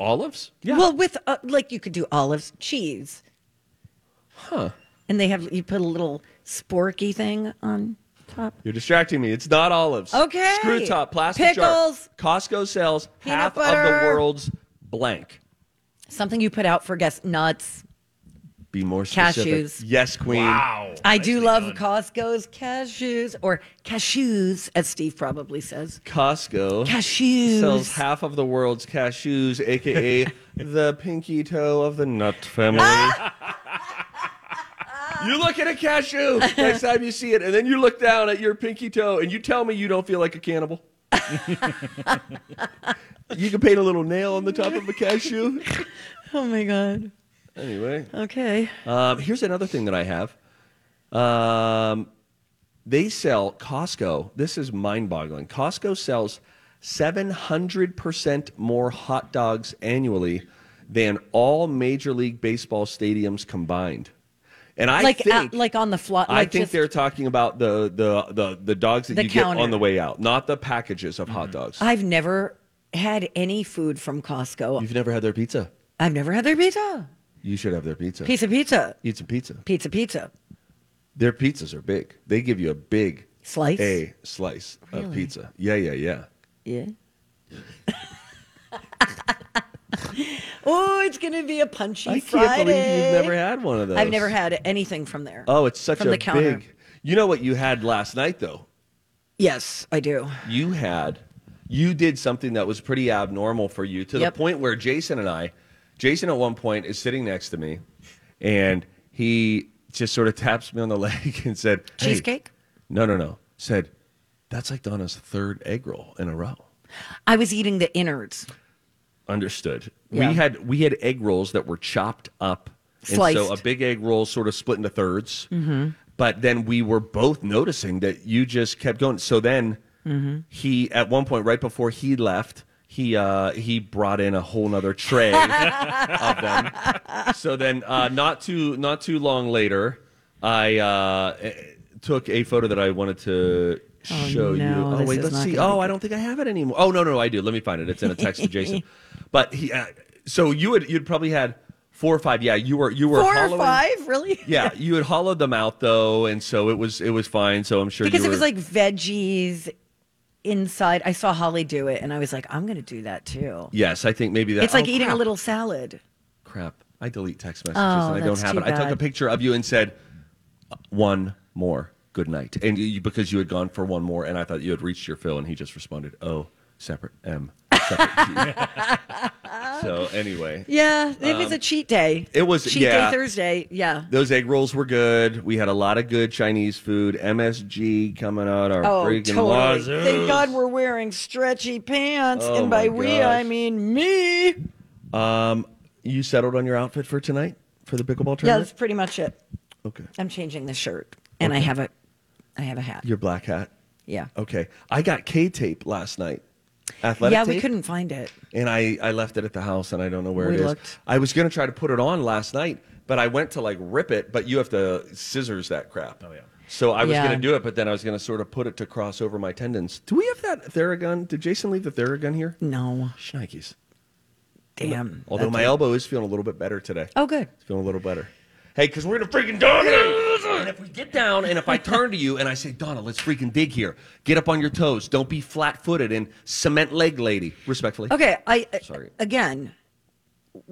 Speaker 2: olives?
Speaker 3: Yeah.
Speaker 1: Well, with uh, like you could do olives, cheese.
Speaker 2: Huh.
Speaker 1: And they have you put a little sporky thing on top.
Speaker 2: You're distracting me. It's not olives.
Speaker 1: Okay.
Speaker 2: Screw top plastic jar.
Speaker 1: Pickles.
Speaker 2: Costco sells
Speaker 1: Peanut
Speaker 2: half of the
Speaker 1: butter.
Speaker 2: world's blank.
Speaker 1: Something you put out for guests, nuts.
Speaker 2: Be more specific.
Speaker 1: Cashews.
Speaker 2: Yes, queen.
Speaker 3: Wow.
Speaker 1: I do
Speaker 3: Nicely
Speaker 1: love
Speaker 3: done.
Speaker 1: Costco's cashews or cashews, as Steve probably says.
Speaker 2: Costco
Speaker 1: Cashews.
Speaker 2: sells half of the world's cashews, aka the pinky toe of the nut family. you look at a cashew next time you see it, and then you look down at your pinky toe, and you tell me you don't feel like a cannibal. you can paint a little nail on the top of a cashew.
Speaker 1: Oh my god.
Speaker 2: Anyway,
Speaker 1: Okay.
Speaker 2: um, here's another thing that I have. Um, they sell Costco. This is mind-boggling. Costco sells 700% more hot dogs annually than all Major League Baseball stadiums combined. And I
Speaker 1: like
Speaker 2: think
Speaker 1: out- like on the fly. Like
Speaker 2: I think
Speaker 1: just-
Speaker 2: they're talking about the the the, the dogs that
Speaker 1: The
Speaker 2: you
Speaker 1: counter. Mm-hmm.
Speaker 2: get on the way out, not the packages of hot dogs.
Speaker 1: I've never had any food from Costco.
Speaker 2: You've never had their pizza.
Speaker 1: I've never had their pizza.
Speaker 2: You should have their pizza.
Speaker 1: Pizza, pizza,
Speaker 2: Eat some pizza.
Speaker 1: pizza, pizza.
Speaker 2: Their pizzas are big. They give you a big
Speaker 1: Slice?
Speaker 2: a slice of
Speaker 1: Really?
Speaker 2: pizza. Yeah, yeah, yeah.
Speaker 1: Yeah. [LAUGHS] oh, it's gonna be a punchy
Speaker 2: I
Speaker 1: Friday.
Speaker 2: can't believe you've never had one of those.
Speaker 1: I've never had anything from there.
Speaker 2: Oh, it's such
Speaker 1: from
Speaker 2: a
Speaker 1: the counter.
Speaker 2: big. You know what you had last night though?
Speaker 1: Yes, I do.
Speaker 2: You had you did something that was pretty abnormal for you to
Speaker 1: Yep.
Speaker 2: the point where Jason and I Jason at one point is sitting next to me and he just sort of [LAUGHS] taps me on the leg and said, "Hey."
Speaker 1: Cheesecake?
Speaker 2: No, no, no. Said, "That's like Donna's third egg roll in a row."
Speaker 1: I was eating the innards.
Speaker 2: Understood.
Speaker 1: Yeah.
Speaker 2: We had we had egg rolls that were chopped up, and so
Speaker 1: Sliced. Mm-hmm.
Speaker 2: a big egg roll sort of split into thirds. But then we were both noticing that you just kept going. So then
Speaker 1: Mm-hmm.
Speaker 2: he, at one point, right before he left, he uh, he brought in a whole
Speaker 1: [LAUGHS]
Speaker 2: nother tray of them. So then, uh, not too not too long later, I uh, eh, took a photo that I wanted to.
Speaker 1: Oh,
Speaker 2: Show
Speaker 1: no,
Speaker 2: you. Oh
Speaker 1: this
Speaker 2: wait,
Speaker 1: is
Speaker 2: let's
Speaker 1: not
Speaker 2: see.
Speaker 1: gonna be
Speaker 2: Oh, I don't think I have it anymore. Oh no, no, I do. Let me find it. It's in a text
Speaker 1: [LAUGHS]
Speaker 2: to Jason. But he, uh, so you had you'd probably had four or five. Yeah, you were you were
Speaker 1: Four or
Speaker 2: hollowing-
Speaker 1: five, really?
Speaker 2: Yeah, you had hollowed them out though, and so it was it was fine. So I'm sure
Speaker 1: because
Speaker 2: you
Speaker 1: it was
Speaker 2: were-
Speaker 1: like veggies inside. I saw Holly do it, and I was like, I'm gonna do that too.
Speaker 2: yes, I think maybe that
Speaker 1: It's like
Speaker 2: oh,
Speaker 1: eating a
Speaker 2: crap.
Speaker 1: little salad.
Speaker 2: crap. I delete text
Speaker 1: Oh,
Speaker 2: messages and I don't
Speaker 1: that's
Speaker 2: have
Speaker 1: too
Speaker 2: it. I took
Speaker 1: bad.
Speaker 2: a picture of you and said, one more good night. And you, because you had gone for one more, and I thought you had reached your fill, and he just responded, oh, separate M, separate
Speaker 1: [LAUGHS]
Speaker 2: G. so anyway,
Speaker 1: Yeah, it was a cheat day.
Speaker 2: Um, it was-
Speaker 1: cheat
Speaker 2: yeah.
Speaker 1: day Thursday. Yeah.
Speaker 2: those egg rolls were good. We had a lot of good Chinese food. MSG coming out our
Speaker 1: Oh,
Speaker 2: freaking
Speaker 1: totally.
Speaker 2: wazoo.
Speaker 1: Thank God we're wearing stretchy pants,
Speaker 2: Oh,
Speaker 1: and by
Speaker 2: my
Speaker 1: we
Speaker 2: gosh.
Speaker 1: I mean me.
Speaker 2: Um, you settled on your outfit for tonight for the pickleball
Speaker 1: Yeah,
Speaker 2: tournament.
Speaker 1: that's pretty much it.
Speaker 2: Okay.
Speaker 1: I'm changing the shirt, and I have a, I have a hat.
Speaker 2: Your black hat.
Speaker 1: yeah.
Speaker 2: Okay. I got K tape last night. Athletic
Speaker 1: yeah, we
Speaker 2: tape.
Speaker 1: couldn't find it.
Speaker 2: and I, I left it at the house and I don't know where
Speaker 1: We
Speaker 2: it is.
Speaker 1: looked.
Speaker 2: I was gonna try to put it on last night, but I went to like rip it, but you have to scissors that crap.
Speaker 3: Oh, yeah.
Speaker 2: So I was
Speaker 1: Yeah.
Speaker 2: gonna do it, but then I was gonna sort of put it to cross over my tendons. Do we have that Theragun? Did Jason leave the Theragun here?
Speaker 1: No,
Speaker 2: Shnikes.
Speaker 1: damn.
Speaker 2: Although
Speaker 1: That's
Speaker 2: my
Speaker 1: it.
Speaker 2: elbow is feeling a little bit better today.
Speaker 1: Oh, good.
Speaker 2: It's feeling a little better. Hey, because we're gonna freaking Donna. And if we get down, and if I turn to you and I say, Donna, let's freaking dig here. Get up on your toes. Don't be flat-footed and cement leg lady. Respectfully.
Speaker 1: Okay, I
Speaker 2: Sorry.
Speaker 1: again.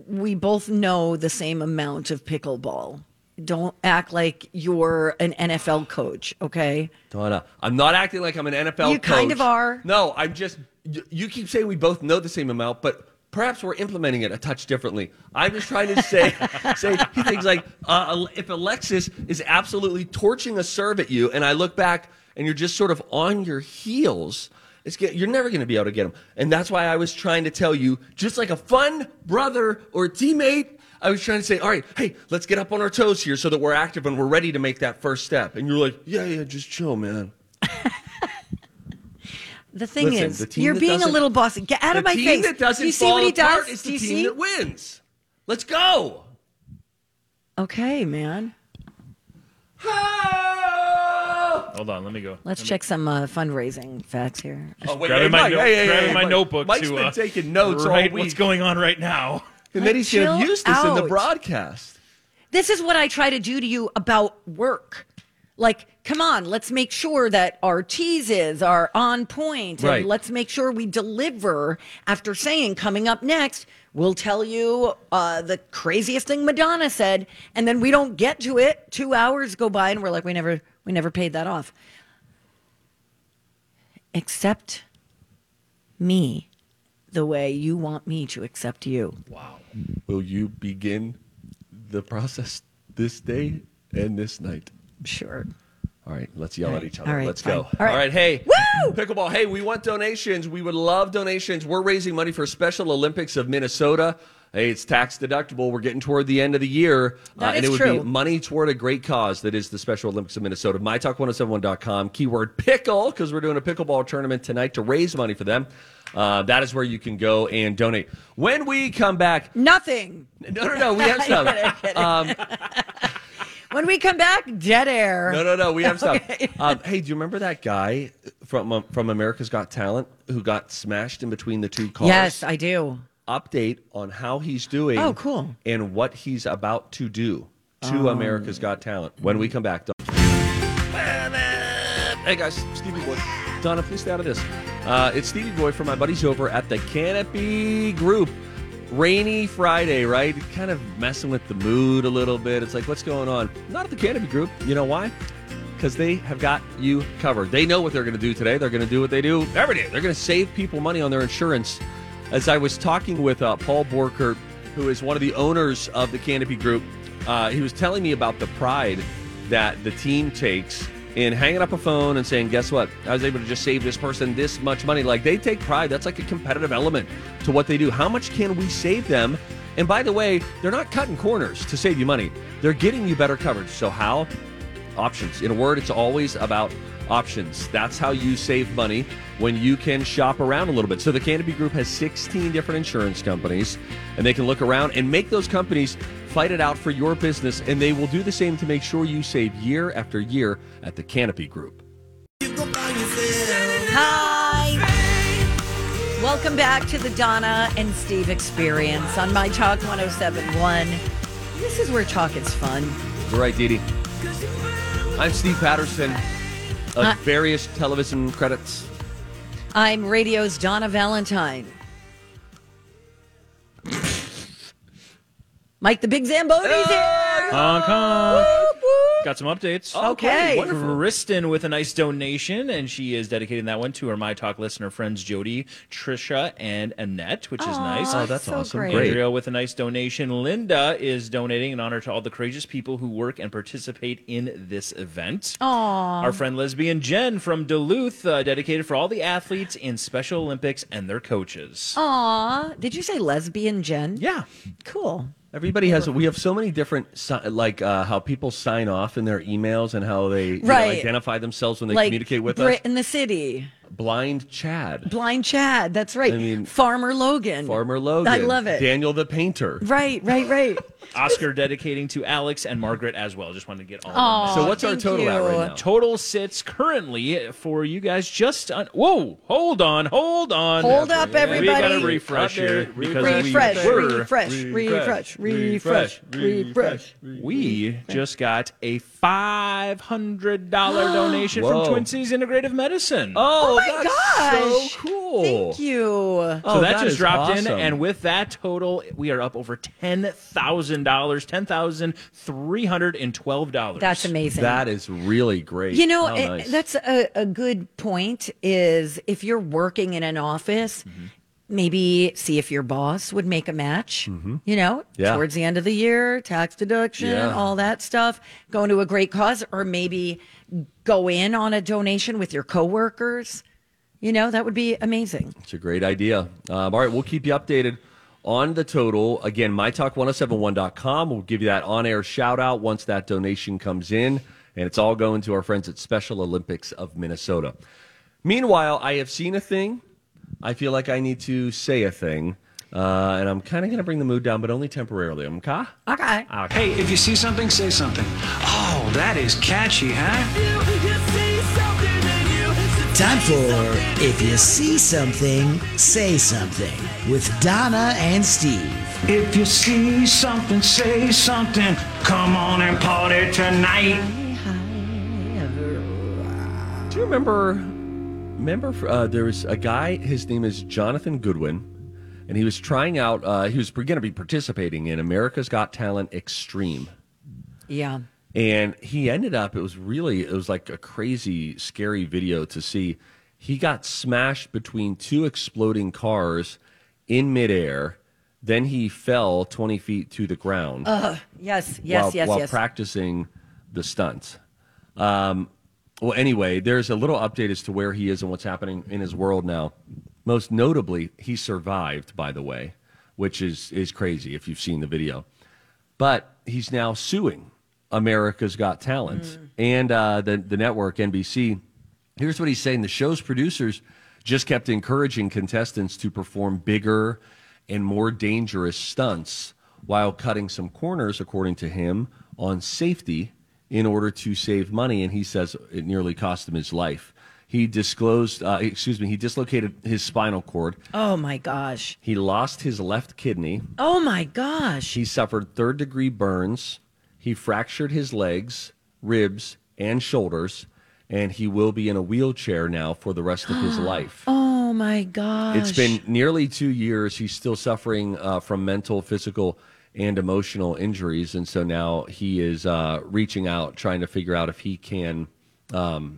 Speaker 1: We both know the same amount of pickleball. Don't act like you're an NFL coach, okay?
Speaker 2: Donna, I'm not acting like I'm an NFL.
Speaker 1: You kind
Speaker 2: coach.
Speaker 1: of are.
Speaker 2: No, I'm just. y- You keep saying we both know the same amount, but perhaps we're implementing it a touch differently. I'm just trying to say say things like uh, Al- if Alexis is absolutely torching a serve at you, and I look back and you're just sort of on your heels. It's get, you're never going to be able to get him, and that's why I was trying to tell you, just like a fun brother or teammate. I was trying to say, all right, hey, let's get up on our toes here so that we're active and we're ready to make that first step. And you're like, yeah, yeah, just chill, man.
Speaker 1: The thing
Speaker 2: Listen,
Speaker 1: is,
Speaker 2: the team
Speaker 1: you're
Speaker 2: that
Speaker 1: being a
Speaker 2: doesn't-
Speaker 1: little bossy. Get out of my
Speaker 2: the team
Speaker 1: face.
Speaker 2: that doesn't
Speaker 1: Do you see
Speaker 2: fall
Speaker 1: what he
Speaker 2: apart
Speaker 1: does?
Speaker 2: is
Speaker 1: Do
Speaker 2: the
Speaker 1: you
Speaker 2: team
Speaker 1: see?
Speaker 2: that wins. Let's go.
Speaker 1: Okay, man.
Speaker 2: Oh,
Speaker 3: Hold on, let me go.
Speaker 1: Let's check some uh, fundraising facts here.
Speaker 2: oh wait,
Speaker 3: grabbing my
Speaker 2: Mike,
Speaker 3: no-
Speaker 2: hey, hey,
Speaker 3: grabbing
Speaker 2: hey,
Speaker 3: my
Speaker 2: Mike.
Speaker 3: notebook
Speaker 2: Mike's
Speaker 3: to,
Speaker 2: been
Speaker 3: uh,
Speaker 2: taking notes
Speaker 3: right,
Speaker 2: all week,
Speaker 3: what's going on right
Speaker 2: [LAUGHS]
Speaker 3: now?
Speaker 2: and then he's gonna
Speaker 1: Chill
Speaker 2: use this in the
Speaker 1: out.
Speaker 2: broadcast.
Speaker 1: This is what I try to do to you about work. Like, come on, let's make sure that our teases are on point,
Speaker 2: Right.
Speaker 1: And let's make sure we deliver after saying, coming up next, we'll tell you uh, the craziest thing Madonna said. And then we don't get to it. Two hours go by and we're like, we never, we never paid that off. Accept me the way you want me to accept you.
Speaker 2: Will you begin the process this day and this night?
Speaker 1: Sure.
Speaker 2: All right, let's yell at
Speaker 1: right,
Speaker 2: each other.
Speaker 1: all right,
Speaker 2: let's go.
Speaker 1: fine. All right.
Speaker 2: All right, hey.
Speaker 1: Woo!
Speaker 2: Pickleball, hey, we want donations. We would love donations. We're raising money for Special Olympics of Minnesota. Hey, it's tax deductible. We're getting toward the end of the year. uh,
Speaker 1: That
Speaker 2: and
Speaker 1: is
Speaker 2: it would be
Speaker 1: true.
Speaker 2: money toward a great cause that is the Special Olympics of Minnesota. MyTalk1071.com, keyword pickle, because we're doing a pickleball tournament tonight to raise money for them. Uh, that is where you can go and donate. When we come back,
Speaker 1: Nothing.
Speaker 2: no, no, no,
Speaker 1: [LAUGHS]
Speaker 2: we have stuff. Um,
Speaker 1: When we come back, dead air.
Speaker 2: No, no, no. We have
Speaker 1: [LAUGHS]
Speaker 2: stuff. Um, hey, do you remember that guy from um, from America's Got Talent who got smashed in between the two cars?
Speaker 1: Yes, I do.
Speaker 2: Update on how he's doing.
Speaker 1: Oh, cool. Um,
Speaker 2: And what he's about to do to America's Got Talent when we come back. Don- Hey guys, Stevie Boy. Donna, please stay out of this. Uh, it's Stevie Boy from my buddies over at the Canopy Group. Rainy Friday, right? Kind of messing with the mood a little bit. It's like, what's going on? Not at the Canopy Group. You know why? Because they have got you covered. They know what they're going to do today. They're going to do what they do every day. They're going to save people money on their insurance. As I was talking with uh, Paul Borkert, who is one of the owners of the Canopy Group, uh, he was telling me about the pride that the team takes in hanging up a phone and saying, guess what? I was able to just save this person this much money. Like they take pride. That's like a competitive element to what they do. How much can we save them? And by the way, they're not cutting corners to save you money, they're getting you better coverage. So, how? Options. In a word, it's always about options. That's how you save money when you can shop around a little bit. So, the Canopy Group has 16 different insurance companies, and they can look around and make those companies Fight it out for your business, and they will do the same to make sure you save year after year at the Canopy Group.
Speaker 1: Hi. Welcome back to the Donna and Steve experience on My Talk 1071. This is where talk is fun.
Speaker 2: All right, Didi. I'm Steve Patterson of
Speaker 1: Uh,
Speaker 2: various television credits.
Speaker 1: I'm radio's Donna Valentine. Mike the Big Zamboni's here.
Speaker 2: Ah,
Speaker 3: Hong Kong.
Speaker 1: Whoop, whoop.
Speaker 3: Got some updates.
Speaker 1: Oh, Okay. great.
Speaker 2: Wonderful.
Speaker 3: Kristen with a nice donation, and she is dedicating that one to her My Talk listener friends Jody, Trisha, and Annette, which is nice.
Speaker 1: Aw,
Speaker 2: Oh, that's
Speaker 1: so
Speaker 2: awesome.
Speaker 1: Great.
Speaker 2: Great.
Speaker 3: Andrea with a nice donation. Linda is donating in honor to all the courageous people who work and participate in this event.
Speaker 1: Aw.
Speaker 3: Our friend lesbian Jen from Duluth, uh, dedicated for all the athletes in Special Olympics and their coaches.
Speaker 1: Oh. Aw. Did you say lesbian Jen?
Speaker 3: Yeah.
Speaker 1: Cool.
Speaker 2: Everybody has. We have so many different, si- like uh, how people sign off in their emails and how they you know,
Speaker 1: Right.
Speaker 2: identify themselves when they
Speaker 1: like
Speaker 2: communicate with
Speaker 1: Brit
Speaker 2: us.
Speaker 1: in the city.
Speaker 2: Blind Chad,
Speaker 1: Blind Chad. That's right.
Speaker 2: I mean-
Speaker 1: Farmer Logan.
Speaker 2: Farmer Logan.
Speaker 1: I love it.
Speaker 2: Daniel the Painter.
Speaker 1: right, right, right.
Speaker 3: Oscar dedicating to Alex and Margaret as well. Just wanted to get all of
Speaker 1: Aw,
Speaker 3: them.
Speaker 2: So what's our
Speaker 1: thank
Speaker 2: total
Speaker 1: you.
Speaker 2: at right now?
Speaker 3: Total sits currently for you guys just on. Whoa, hold on, hold on.
Speaker 1: Hold up,
Speaker 3: We got
Speaker 1: everybody.
Speaker 3: a refresh here because
Speaker 1: Refresh,
Speaker 3: we were-
Speaker 1: refresh, refresh, refresh, refresh.
Speaker 3: We
Speaker 2: Mm-hmm.
Speaker 3: just got a five hundred dollar
Speaker 2: [GASPS]
Speaker 3: donation
Speaker 2: Whoa.
Speaker 3: from Twin Cities Integrative Medicine.
Speaker 2: Oh,
Speaker 1: my
Speaker 2: that's
Speaker 1: gosh.
Speaker 2: so cool.
Speaker 1: Thank you.
Speaker 2: Oh,
Speaker 3: So
Speaker 2: that
Speaker 3: that, just
Speaker 2: is
Speaker 3: dropped in,
Speaker 2: awesome.
Speaker 3: and with that total, we are up over ten thousand dollars, ten thousand three hundred and twelve dollars.
Speaker 1: That's amazing.
Speaker 2: That is really great.
Speaker 1: You know,
Speaker 2: How
Speaker 1: it-
Speaker 2: Oh, nice.
Speaker 1: that's a, a good point. Is if you're working in an office,
Speaker 2: Mm-hmm.
Speaker 1: maybe see if your boss would make a match. You know,
Speaker 2: Mm-hmm. Yeah.
Speaker 1: towards the end of the year, tax deduction,
Speaker 2: Yeah.
Speaker 1: all that stuff, going to a great cause, or maybe go in on a donation with your coworkers. You know, that would be amazing.
Speaker 2: It's a great idea. Um, all right, we'll keep you updated on the total. Again, mytalk1071.com. We'll give you that on air shout out once that donation comes in. And it's all going to our friends at Special Olympics of Minnesota. Meanwhile, I have seen a thing. I feel like I need to say a thing. Uh, and I'm kind of going to bring the mood down, but only temporarily. Um, Ka?
Speaker 1: Okay.
Speaker 4: Hey, if you see something, say something. Oh, that is catchy, huh?
Speaker 5: Time for If You See Something, Say Something with Donna and Steve.
Speaker 4: If you see something, say something. Come on and party tonight.
Speaker 2: Do you remember? Remember, uh, there was a guy. His name is Jonathan Goodwin, and he was trying out. Uh, he was going to be participating in America's Got Talent Extreme,
Speaker 1: Yeah.
Speaker 2: and he ended up. It was really. It was like a crazy, scary video to see. He got smashed between two exploding cars in midair. Then he fell twenty feet to the ground
Speaker 1: Yes. Yes.
Speaker 2: while,
Speaker 1: yes.
Speaker 2: while
Speaker 1: yes.
Speaker 2: practicing the stunts. Um, well, anyway, there's a little update as to where he is and what's happening in his world now. Most notably, he survived, by the way, which is, is crazy if you've seen the video. But he's now suing America's Got Talent
Speaker 1: Mm.
Speaker 2: and uh, the, the network, NBC. Here's what he's saying the show's producers just kept encouraging contestants to perform bigger and more dangerous stunts while cutting some corners, according to him, on safety in order to save money. And he says it nearly cost him his life. He disclosed, uh, excuse me, he dislocated his spinal cord.
Speaker 1: oh my gosh.
Speaker 2: He lost his left kidney.
Speaker 1: Oh my gosh.
Speaker 2: He suffered third degree burns. He fractured his legs, ribs, and shoulders, and he will be in a wheelchair now for the rest of his life.
Speaker 1: Oh my gosh.
Speaker 2: It's been nearly two years. He's still suffering uh, from mental, physical, and emotional injuries, and so now he is uh, reaching out, trying to figure out if he can, um,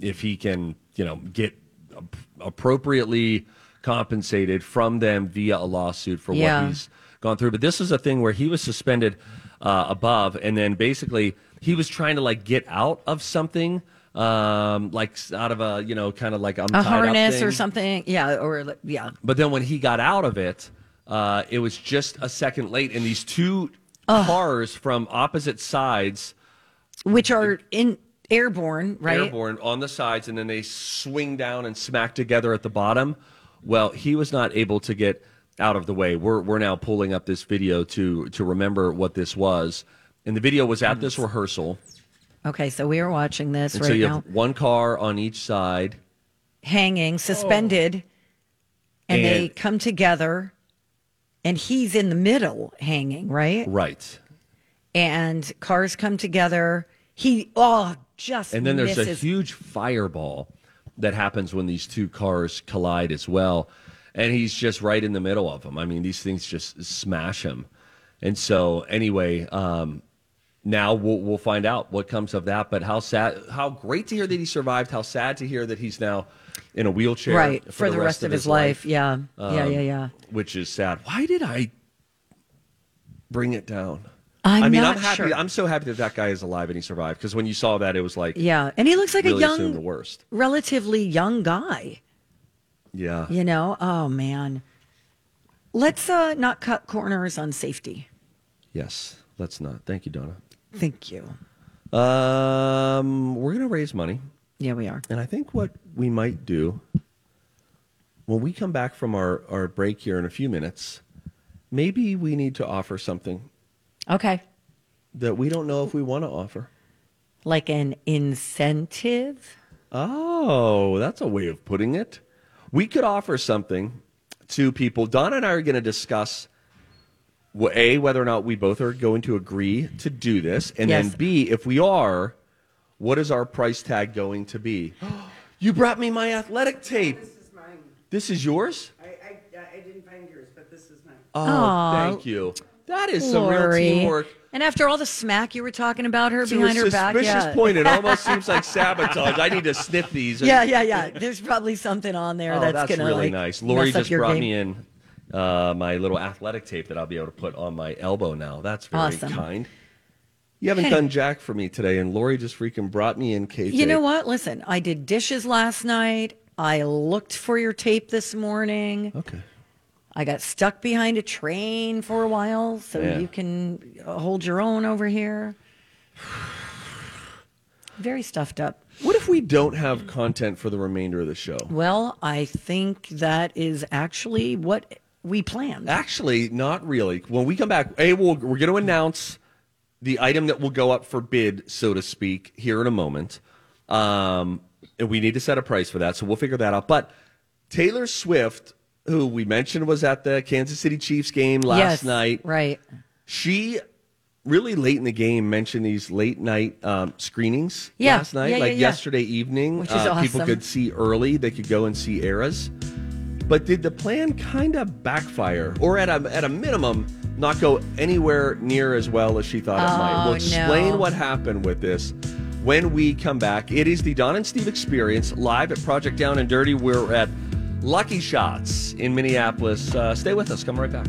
Speaker 2: if he can, you know, get ap- appropriately compensated from them via a lawsuit for
Speaker 1: Yeah.
Speaker 2: what he's gone through. But this is a thing where he was suspended uh, above, and then basically he was trying to like get out of something. Um, like s- out of a you know, kind of like I'm
Speaker 1: a
Speaker 2: tied up
Speaker 1: harness or
Speaker 2: thing.
Speaker 1: something. Yeah. Or like- yeah.
Speaker 2: But then when he got out of it, uh, it was just a second late, and these two cars from opposite sides,
Speaker 1: which are in airborne, right?
Speaker 2: airborne on the sides, and then they swing down and smack together at the bottom. Well, he was not able to get out of the way. We're we're now pulling up this video to to remember what this was, and the video was at this rehearsal.
Speaker 1: Okay, so we are watching this
Speaker 2: And
Speaker 1: Hmm. right
Speaker 2: so you
Speaker 1: now,
Speaker 2: have one car on each side.
Speaker 1: hanging, suspended, and, they
Speaker 2: And-
Speaker 1: come together, and he's in the middle, hanging, right?
Speaker 2: Right.
Speaker 1: And cars come together. He oh, just
Speaker 2: And then there's
Speaker 1: misses.
Speaker 2: a huge fireball that happens when these two cars collide as well. And he's just right in the middle of them. I mean, these things just smash him. And so, anyway, um, now we'll, we'll find out what comes of that. But how sad, how great to hear that he survived. How sad to hear that he's now in a wheelchair,
Speaker 1: right for, the, rest, of his life. Yeah, yeah,
Speaker 2: Um,
Speaker 1: yeah, yeah.
Speaker 2: Which is sad. Why did I bring it down?
Speaker 1: I'm
Speaker 2: I mean,
Speaker 1: not
Speaker 2: I'm happy.
Speaker 1: sure.
Speaker 2: I'm so happy that that guy is alive and he survived. Because when you saw that, it was like,
Speaker 1: Yeah, and he looks like
Speaker 2: really
Speaker 1: a young,
Speaker 2: assumed the worst.
Speaker 1: relatively young guy.
Speaker 2: Yeah.
Speaker 1: You know, oh man, let's uh, not cut corners on safety.
Speaker 2: Yes. Let's not. Thank you, Donna.
Speaker 1: Thank you.
Speaker 2: Um, we're gonna raise money,
Speaker 1: Yeah, we are.
Speaker 2: and I think what we might do when we come back from our our break here in a few minutes, maybe we need to offer something
Speaker 1: Okay,
Speaker 2: that we don't know if we want to offer.
Speaker 1: like an incentive.
Speaker 2: Oh, that's a way of putting it. We could offer something to people. Donna and I are going to discuss wh- A, whether or not we both are going to agree to do this. And
Speaker 1: Yes.
Speaker 2: then B, if we are, what is our price tag going to be? [GASPS] you brought me my athletic tape.
Speaker 6: This is mine.
Speaker 2: This is yours?
Speaker 6: I, I, I didn't find yours, but this is mine.
Speaker 2: Oh,
Speaker 1: Aw.
Speaker 2: thank you. That is some real
Speaker 1: Lori.
Speaker 2: teamwork.
Speaker 1: And after all the smack you were talking about her
Speaker 2: To a
Speaker 1: behind her back,
Speaker 2: suspicious
Speaker 1: yeah.
Speaker 2: point,
Speaker 1: [LAUGHS]
Speaker 2: it almost seems like sabotage. I need to sniff these.
Speaker 1: Yeah, yeah, yeah. There's probably something on there
Speaker 2: Oh,
Speaker 1: that's,
Speaker 2: that's,
Speaker 1: gonna
Speaker 2: really
Speaker 1: like,
Speaker 2: nice. Lori
Speaker 1: mess up
Speaker 2: just
Speaker 1: your
Speaker 2: brought
Speaker 1: game.
Speaker 2: me in uh, my little athletic tape that I'll be able to put on my elbow now. That's very
Speaker 1: Awesome.
Speaker 2: kind. You haven't
Speaker 1: Okay.
Speaker 2: done jack for me today, and Lori just freaking brought me in K.
Speaker 1: You know what? Listen, I did dishes last night. I looked for your tape this morning.
Speaker 2: Okay.
Speaker 1: I got stuck behind a train for a while, so
Speaker 2: Yeah.
Speaker 1: you can uh, hold your own over here. Very stuffed up.
Speaker 2: What if we don't have content for the remainder of the show?
Speaker 1: Well, I think that is actually what we planned.
Speaker 2: Actually, not really. When we come back, A, we'll, we're going to announce the item that will go up for bid, so to speak, here in a moment. Um, and we need to set a price for that, so we'll figure that out. But Taylor Swift, who we mentioned was at the Kansas City Chiefs game last
Speaker 1: yes,
Speaker 2: night,
Speaker 1: Right.
Speaker 2: she really late in the game mentioned these late night um, screenings
Speaker 1: Yeah,
Speaker 2: last night,
Speaker 1: yeah, yeah,
Speaker 2: like
Speaker 1: yeah.
Speaker 2: yesterday evening. Uh,
Speaker 1: Which is
Speaker 2: People
Speaker 1: awesome.
Speaker 2: could see early; they could go and see eras. But did the plan kind of backfire, or at a at a minimum, not go anywhere near as well as she thought it might? We'll
Speaker 1: Oh,
Speaker 2: explain
Speaker 1: no.
Speaker 2: what happened with this when we come back. It is the Don and Steve Experience live at Project Down and Dirty. We're at Lucky Shots in Minneapolis. Uh, stay with us. Come right back.